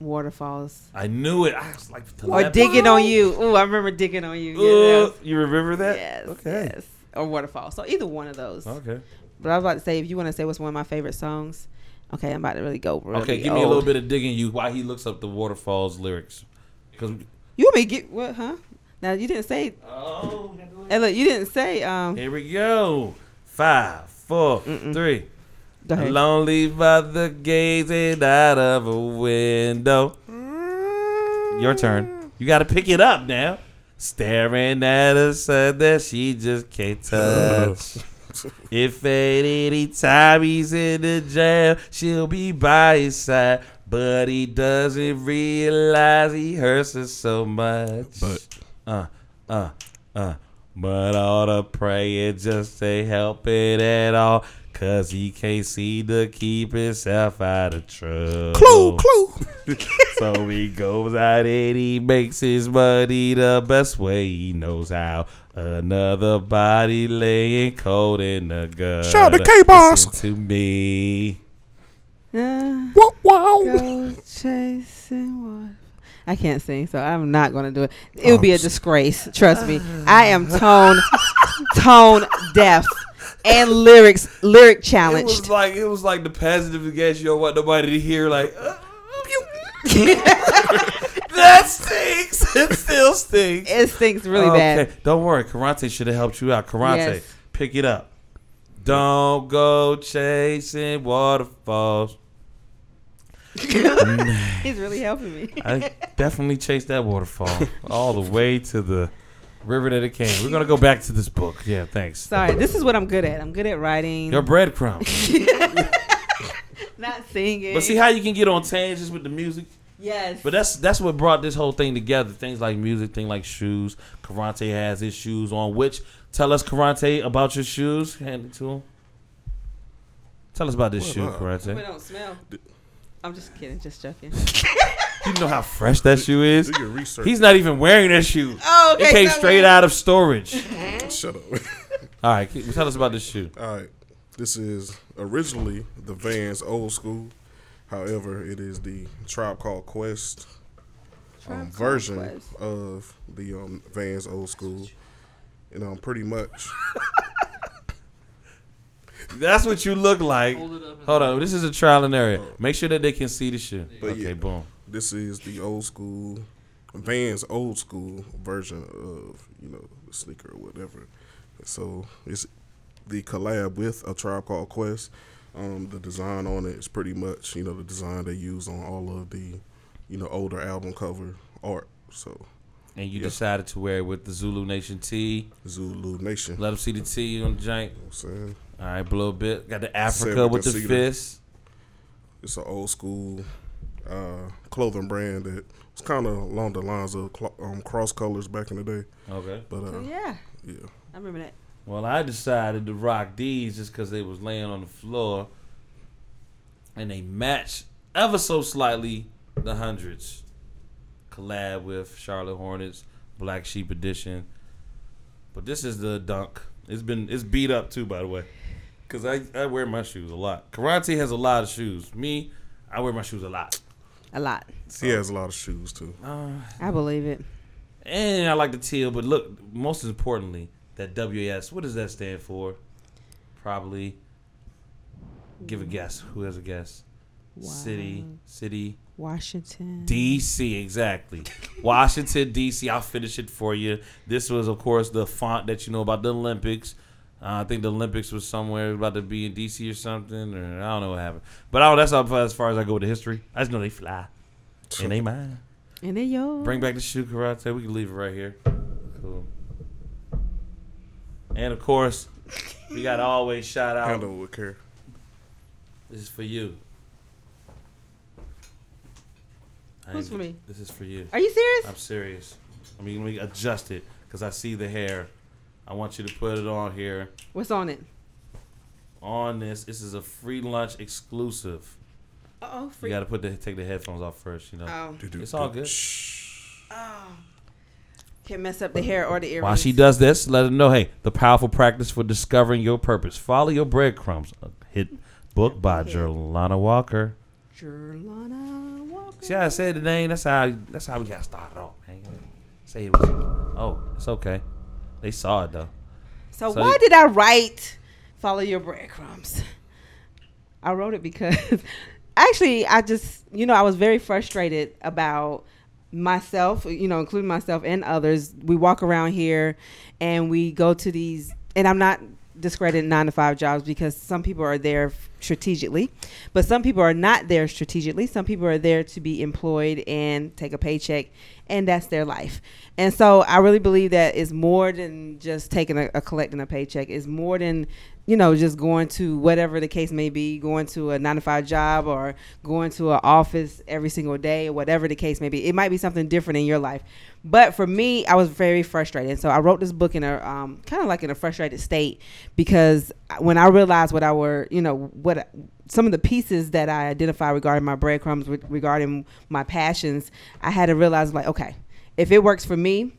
S3: waterfalls.
S2: I knew it. I was like,
S3: Or digging on you. Oh, I remember digging on you.
S2: Ooh,
S3: Yes.
S2: you remember that?
S3: Yes.
S2: Okay.
S3: Yes. Or waterfall. So either one of those.
S2: Okay.
S3: But I was about to say, if you want to say what's one of my favorite songs, okay, I'm about to really go. Really
S2: okay. Give me a
S3: old.
S2: little bit of digging you while he looks up the waterfalls lyrics. Because
S3: You want me to get what? Huh? Now you didn't say.
S2: oh,
S3: Hey, look, you didn't say. Um,
S2: here we go. Five, four, three.
S3: go ahead.
S2: Lonely by the gazing out of a window.
S3: Mm.
S2: Your turn. You got to pick it up now. Staring at a sun that she just
S1: [LAUGHS]
S2: can't touch. If at any time he's in the jail, she'll be by his side. But he doesn't realize he hurts her so much.
S1: But-
S2: uh, uh, uh. But all the praying just ain't helping at all. Cause he can't seem to keep himself out of trouble.
S1: Clue, clue.
S2: [LAUGHS] So he goes out and he makes his money the best way he knows how. Another body laying cold in the gutter.
S1: Shout out to K-Boss.
S2: Listen To me.
S3: Uh,
S1: Wow, wow.
S3: go chasing water. I can't sing, so I'm not gonna do it. It would be a disgrace. Trust me. I
S2: [LAUGHS]
S3: am tone, tone deaf, and lyrics lyric
S2: It was
S3: challenged.
S2: like it was like the passive against you. Don't want nobody to hear. Like uh, [LAUGHS] that stinks. [LAUGHS] It still stinks.
S3: [LAUGHS] it stinks really bad.
S2: Don't worry. Karate should have helped you out. Karate,
S3: Yes.
S2: pick it up. Don't go chasing waterfalls.
S3: [LAUGHS] He's really helping me.
S2: I definitely chased that waterfall all the way to the river that it came. We're gonna go back to this book. Yeah, thanks.
S3: [LAUGHS] Sorry, this is what I'm good at. I'm good at writing, [LAUGHS]
S2: Your breadcrumbs.
S3: not singing.
S2: but see how you can get on tangents with the music.
S3: yes,
S2: But that's that's what brought this whole thing together. Things like music, things like shoes. Karate has his shoes on. Which tell us, Karate, about your shoes. Hand it to him. Tell us about this shoe,
S1: Well, uh,
S3: we
S2: Karate.
S3: don't smell. I'm just kidding, just joking.
S2: You know how fresh that
S1: Do
S2: shoe is.
S1: your research.
S2: He's not even wearing that shoe.
S3: Oh, okay.
S2: it came
S3: so
S2: straight
S3: we-
S2: out of
S3: [LAUGHS]
S2: storage.
S1: Shut up. [LAUGHS]
S2: All right, keep- tell us about this shoe.
S1: All right. This is originally the Vans Old School. However, it is the Tribe Called Quest
S3: Tribe
S1: um,
S3: Called
S1: version
S3: Quest.
S1: of the um, Vans Old School. And um, pretty much,
S2: That's what you look like.
S4: Hold it up and
S2: Hold on, this is a trial and error. Make sure that they can see the shoe.
S1: But
S2: okay,
S1: yeah.
S2: boom.
S1: this is the old school Vans Old School version of you know the sneaker or whatever. So it's the collab with a Tribe Called Quest. Um, the design on it is pretty much you know the design they use on all of the you know older album cover art. So
S2: And you
S1: Yeah.
S2: decided to wear it with the Zulu Nation T.
S1: Zulu Nation.
S2: Let them see the T on the joint.
S1: You know what I'm saying
S2: All right, blow a bit. Got the Africa
S1: Said
S2: with
S1: with
S2: the
S1: the cedar.
S2: fist.
S1: it's an old school uh, clothing brand that was kind of along the lines of clo- um, cross colors back in the day.
S2: Okay.
S1: But uh,
S3: So, yeah,
S1: yeah,
S3: I remember that.
S2: Well, I decided to rock these just because they was laying on the floor, and they match ever so slightly the hundreds. Collab with Charlotte Hornets Black Sheep Edition, but this is the dunk. It's been it's beat up too, by the way, because I I wear my shoes a lot. Karate has a lot of shoes. Me, I wear my shoes a lot.
S3: A lot.
S1: he has a lot of shoes too.
S2: Uh,
S3: I believe it.
S2: And I like the teal, but look, most importantly, that WS, what does that stand for? Probably give a guess. Who has a guess? City, city,
S3: Washington.
S2: DC, exactly. Washington, DC. I'll finish it for you. This was, of course, the font that you know about the Olympics. Uh, I think the Olympics was somewhere about to be in DC or something, or I don't know what happened. But I don't, that's how, as far as I go with the history. I just know they fly, and they mine.
S3: and then yo.
S2: Bring back the shoe karate. We can leave it right here. Cool. And of course, we got to always shout out.
S1: Handle with care.
S2: This is for you. I
S3: Who's
S2: ain't
S3: for
S2: get-
S3: me?
S2: This is for you.
S3: Are you serious?
S2: I'm serious. I mean, we adjust it because I see the hair. I want you to put it on here.
S3: What's on it?
S2: On this, this is a free lunch exclusive.
S3: Oh,
S2: You got to put the take the headphones off first. You know.
S3: Oh,
S2: It's all good.
S1: Shh.
S3: can mess up the hair or the earrings.
S2: While she does this, let her know, hey, the powerful practice for discovering your purpose. Follow your breadcrumbs. A hit book by
S3: Yeah.
S2: Jelana Walker.
S3: Jelana Walker.
S2: See how I said the name? That's how that's how we got started off, man. Say it was Oh, it's okay. They saw it though.
S3: So,
S2: So
S3: why
S2: you-
S3: did I write "Follow Your Breadcrumbs"? I wrote it because [LAUGHS] actually, I just you know I was very frustrated about myself, you know, including myself and others. We walk around here and we go to these, and I'm not discrediting nine to five jobs because some people are there strategically, but some people are not there strategically. Some people are there to be employed and take a paycheck, and that's their life. And so I really believe that it's more than just taking a, a collecting a paycheck. It's more than you know just going to whatever the case may be, going to a nine to five job or going to an office every single day, whatever the case may be. It might be something different in your life. But for me, I was very frustrated. So I wrote this book in a um, kind of like in a frustrated state because when I realized what I were, you know, what some of the pieces that I identify regarding my breadcrumbs, re- regarding my passions, I had to realize like, okay, if it works for me,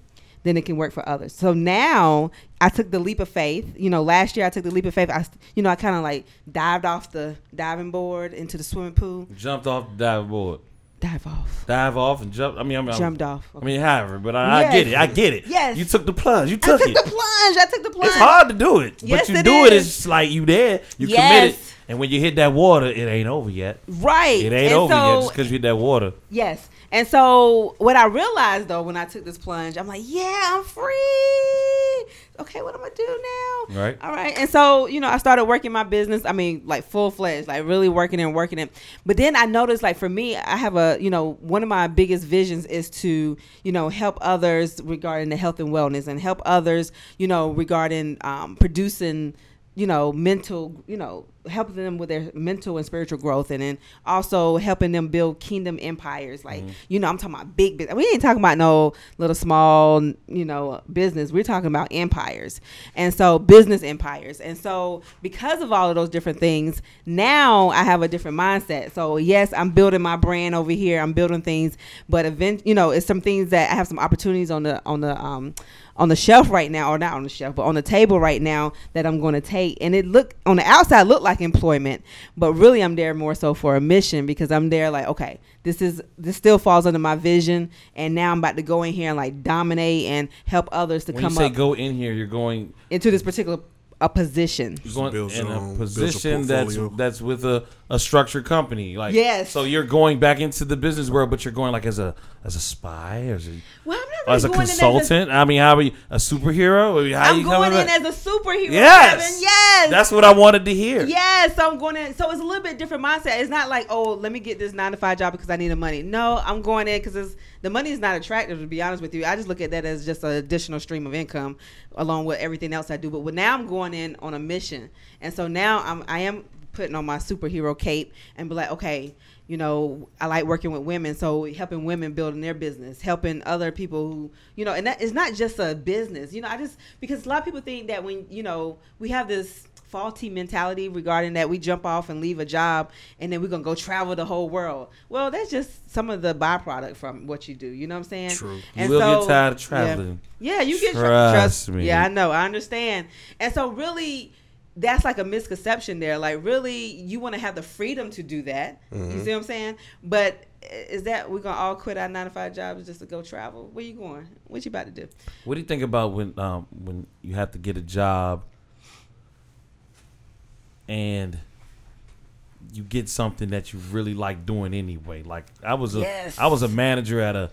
S3: then it can work for others. So now I took the leap of faith. You know, last year I took the leap of faith. I, s- you know, I kind of like dived off the diving board into the swimming pool.
S2: Jumped off the dive board.
S3: Dive off.
S2: Dive off and jump I mean I mean
S3: Jumped off.
S2: I mean however, but I, I get it. I get it.
S3: Yes.
S2: You took the plunge. You
S3: I
S2: took,
S3: took
S2: it.
S3: the plunge. I took the plunge.
S2: It's hard to do it.
S3: Yes,
S2: but you
S3: it
S2: do it,
S3: is.
S2: it's like you there. You
S3: Yes.
S2: committed. And when you hit that water, it ain't over yet.
S3: Right.
S2: It ain't
S3: And
S2: over yet
S3: so-
S2: just because you hit that water.
S3: Yes. And so what I realized though when I took this plunge, I'm like, yeah, I'm free. Okay, what am I do now?
S2: Right.
S3: All right. And so, you know, I started working my business. I mean, like full fledged, like really working and working it. But then I noticed like for me, I have a, you know, one of my biggest visions is to, you know, help others regarding the health and wellness and help others, you know, regarding um, producing you know, mental, you know, helping them with their mental and spiritual growth, and then also helping them build kingdom empires. Like, you know, I'm talking about big business. We ain't talking about no little small, you know, business. We're talking about empires, and so business empires. And so, because of all of those different things, now I have a different mindset. So, yes, I'm building my brand over here. I'm building things, but event, you know, it's some things that I have some opportunities on the on the um on the shelf right now, or not on the shelf, but on the table right now that I'm going to take. And it look on the outside look like employment, but really I'm there more so for a mission because I'm there like, okay, this is this still falls under my vision, and now I'm about to go in here and like dominate and help others to
S2: When you
S3: come
S2: say
S3: up
S2: go in here, you're going
S3: into this particular a position.
S1: Just
S2: going
S1: builds
S2: in
S1: your own-
S2: a
S1: builds your
S2: position that's
S1: portfolio.
S2: that's with a, a structured company. Like
S3: Yes.
S2: So you're going back into the business world, but you're going like as a as a spy, as a,
S3: Well, I'm not
S2: as a
S3: really going in
S2: consultant. I mean, how are you a superhero? How
S3: I'm
S2: you
S3: going
S2: coming
S3: in
S2: back?
S3: as a superhero.
S2: Yes.
S3: Kevin. Yes.
S2: That's what I wanted to hear.
S3: Yes, so I'm going in. So it's a little bit different mindset. It's not like, oh, let me get this nine to five job because I need the money. No, I'm going in because the money is not attractive, to be honest with you. I just look at that as just an additional stream of income along with everything else I do. But now I'm going in on a mission. And so now I'm, I am putting on my superhero cape and be like, okay, you know, I like working with women, so helping women building their business, helping other people who, you know, and that it's not just a business. You know, I just because a lot of people think that when you know we have this faulty mentality regarding that we jump off and leave a job and then we're gonna go travel the whole world. Well, that's just some of the byproduct from what you do. You know what I'm saying?
S1: True. You
S2: You
S3: And
S2: will
S3: so-
S2: get tired of
S3: yeah.
S2: traveling.
S3: Yeah, you get
S2: Trust
S3: trust, trust
S2: me.
S3: me. Yeah, I know. I understand. And so really that's like a misconception there. Like really you want to have the freedom to do that. You see what I'm saying? But i- is that we're going to all quit our 9 to 5 jobs just to go travel? Where you going? What you about to do?
S2: What do you think about when um, when you have to get a job and you get something that you really like doing anyway? Like I was a I
S3: Yes.
S2: was a manager at a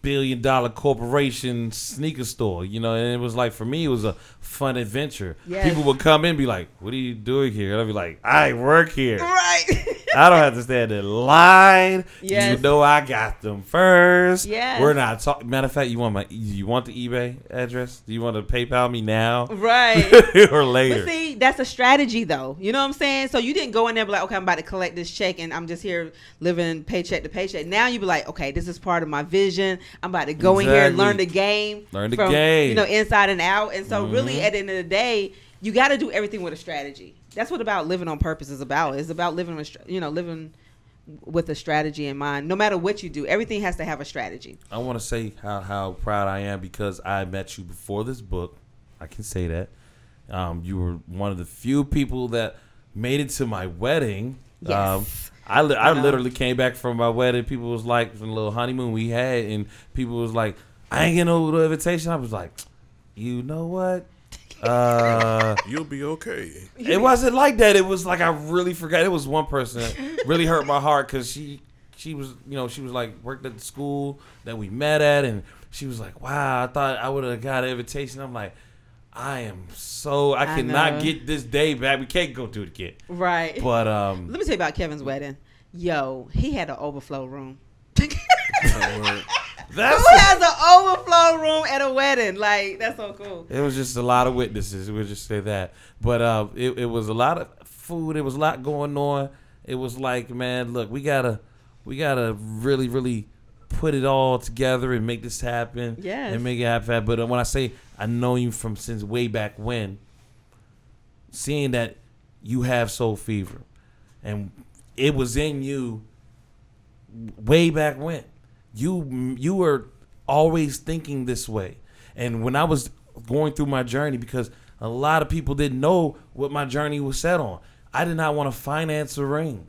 S2: billion dollar corporation sneaker store, you know, and it was like for me it was a fun adventure.
S3: Yes.
S2: People would come in and be like, "What are you doing here?" And I'd be like, "I work here."
S3: Right. [LAUGHS]
S2: [LAUGHS] I don't have to stand in line.
S3: Yes.
S2: You know I got them first.
S3: Yes.
S2: We're not talking. Matter of fact, you want my you want the eBay address? Do you want to PayPal me
S3: [LAUGHS]
S2: now [LAUGHS]
S3: right.
S2: or later?
S3: But see, that's a strategy though. You know what I'm saying? So you didn't go in there and be like, okay, I'm about to collect this check and I'm just here living paycheck to paycheck. Now you be like, okay, this is part of my vision. I'm about to go in here and learn
S2: Exactly.
S3: the game.
S2: Learn the game. Mm-hmm.
S3: You know, inside and out. And so really at the end of the day, you gotta do everything with a strategy. That's what about living on purpose is about. It's about living with str- you know, living with a strategy in mind. No matter what you do, everything has to have a strategy.
S2: I want to say how, how proud I am because I met you before this book. I can say that. Um, you were one of the few people that made it to my wedding.
S3: Yes.
S2: I, li- I
S3: know.
S2: literally came back from my wedding. People was like, from the little honeymoon we had, and people was like, I ain't getting no little invitation. I was like, you know what? Uh,
S1: You'll be okay.
S2: it wasn't like that. It was like I really forgot. It was one person that really hurt my heart because she she was you know she was like worked at the school that we met at, and she was like, "Wow, I thought I would have got an invitation." I'm like. I am so I
S3: I
S2: cannot
S3: know.
S2: get this day back. We can't go do it again.
S3: Right.
S2: But um,
S3: Let me tell you about Kevin's wedding. Yo, he had an overflow room. [LAUGHS]
S1: Alright.
S2: that's
S3: Who has an overflow room at a wedding? Like that's so cool.
S2: It was just a lot of witnesses. We'll just say that. But uh, it, it was a lot of food. It was a lot going on. It was like, man, look, we gotta, we gotta really, really put it all together and make this happen.
S3: Yes.
S2: And make it happen. But uh, when I say I know you from since way back when, seeing that you have soul fever, and it was in you way back when. You you were always thinking this way, and when I was going through my journey, because a lot of people didn't know what my journey was set on. I did not want to finance a ring.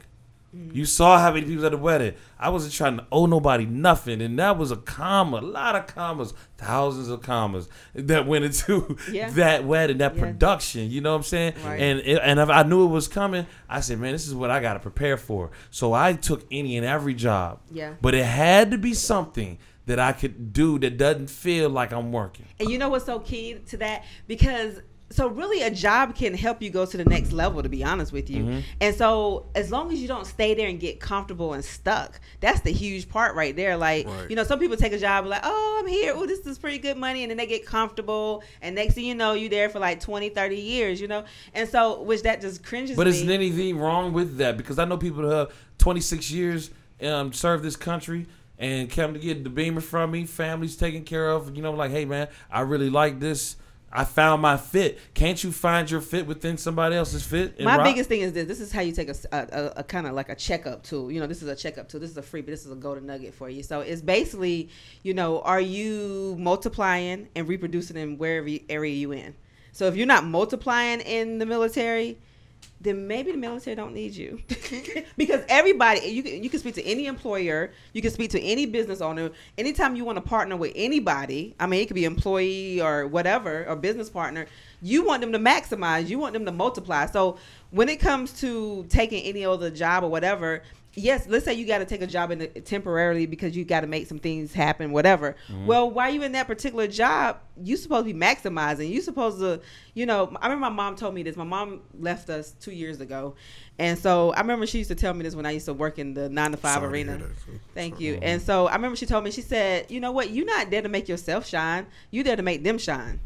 S3: Mm-hmm.
S2: You saw how many people at the wedding. I wasn't trying to owe nobody nothing, and that was a comma, a lot of commas, thousands of commas that went into
S3: Yeah.
S2: [LAUGHS] that wedding, that
S3: Yeah.
S2: production. You know what I'm saying?
S3: Right.
S2: And it, and if I knew it was coming, I said, man, this is what I got to prepare for. So I took any and every job.
S3: Yeah.
S2: But it had to be something that I could do that doesn't feel like I'm working.
S3: And you know what's so key to that? Because so really a job can help you go to the next level to be honest with you. And so as long as you don't stay there and get comfortable and stuck, that's the huge part right there. Like,
S1: Right.
S3: you know, some people take a job like, "Oh, I'm here. Oh, this is pretty good money." And then they get comfortable, and next thing you know, you there for like 20, 30 years, you know? And so which that just cringes
S2: But
S3: me.
S2: isn't anything wrong with that? Because I know people who have 26 years um, served this country and come to get the beamer from me. Families taken care of. You know, like, hey man, I really like this. I found my fit. Can't you find your fit within somebody else's fit? and
S3: My
S2: rock-
S3: biggest thing is this. This is how you take a, s- a- a- a kind of like a checkup tool. You know, this is a checkup tool. This is a free, but this is a golden nugget for you. So it's basically, you know, are you multiplying and reproducing in wherever you, area you in? So if you're not multiplying in the military, then maybe the military don't need you [LAUGHS] because everybody you can, you can speak to any employer you can speak to any business owner anytime you want to partner with anybody i mean it could be employee or whatever or business partner you want them to maximize you want them to multiply so when it comes to taking any other job or whatever yes let's say you got to take a job in temporarily because you got to make some things happen whatever
S1: Mm-hmm.
S3: well while you in that particular job you supposed to be maximizing you supposed to you know i remember my mom told me this my mom left us two years ago and so i remember she used to tell me this when i used to work in the nine to five
S1: Sorry to
S3: arena
S1: hear that.
S3: Thank
S2: um,
S3: you. And so I remember she told me, she said, You know what? You're not there to make yourself shine. You're there to make them shine.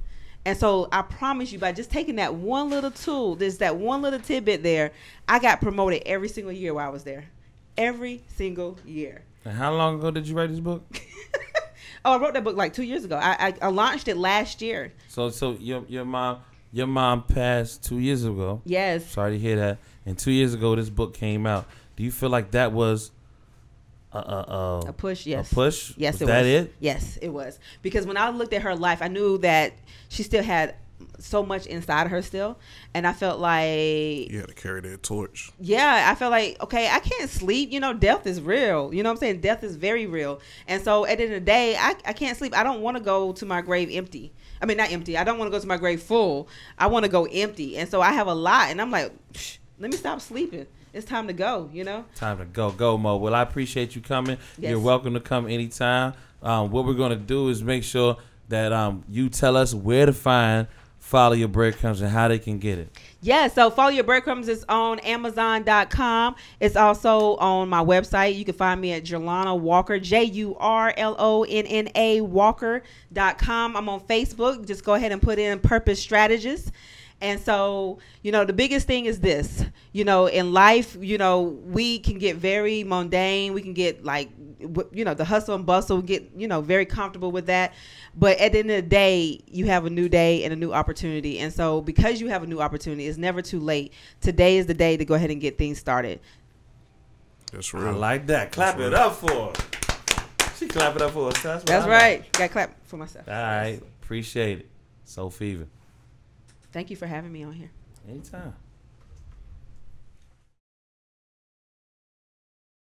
S3: And so I promise you, by just taking that one little tool, there's that one little tidbit there, I got promoted every single year while I was there. Every single year.
S2: And how long ago did you write this book?
S3: Oh, I wrote that book like two years ago. I, I, I launched it last year.
S2: So so your your mom your mom passed two years ago.
S3: Yes.
S2: Sorry to hear that. And two years ago, this book came out. Do you feel like that was a a, a,
S3: A push, yes.
S2: a push?
S3: Yes,
S2: was
S3: it
S2: that
S3: was.
S2: it?
S3: Yes, it was. Because when I looked at her life, I knew that she still had so much inside of her still. And I felt like
S1: You had to carry that torch.
S3: yeah, I felt like okay, I can't sleep. You know, death is real. You know what I'm saying? Death is very real. And so at the end of the day, I, I can't sleep. I don't want to go to my grave empty. I mean, not empty. I don't want to go to my grave full. I want to go empty. And so I have a lot, and I'm like, "Psh, let me stop sleeping. It's time to go. You know?
S2: Time to go, go, Mo. Well, I appreciate you coming.
S3: Yes.
S2: You're welcome to come anytime. Um, what we're gonna do is make sure that um, you tell us where to find Follow Your Breadcrumbs and how they can get it.
S3: Yeah, so Follow Your Breadcrumbs is on Amazon.com. It's also on my website. You can find me at Jelana Walker, J U R L O N N A Walker.com. I'm on Facebook. Just go ahead and put in Purpose Strategist. And so, you know, the biggest thing is this. You know, in life, you know, we can get very mundane. We can get like, w- you know, the hustle and bustle, get, you know, very comfortable with that. But at the end of the day, you have a new day and a new opportunity. And so, because you have a new opportunity, it's never too late. Today is the day to go ahead and get things started.
S1: That's
S2: I
S1: real.
S2: like that. Clap it up for. her. She clap it up for us. That's, what
S3: That's
S2: I like.
S3: right. Got clap for myself.
S2: All right, appreciate it. Soul Fever.
S3: Thank you for having me on here.
S2: Anytime.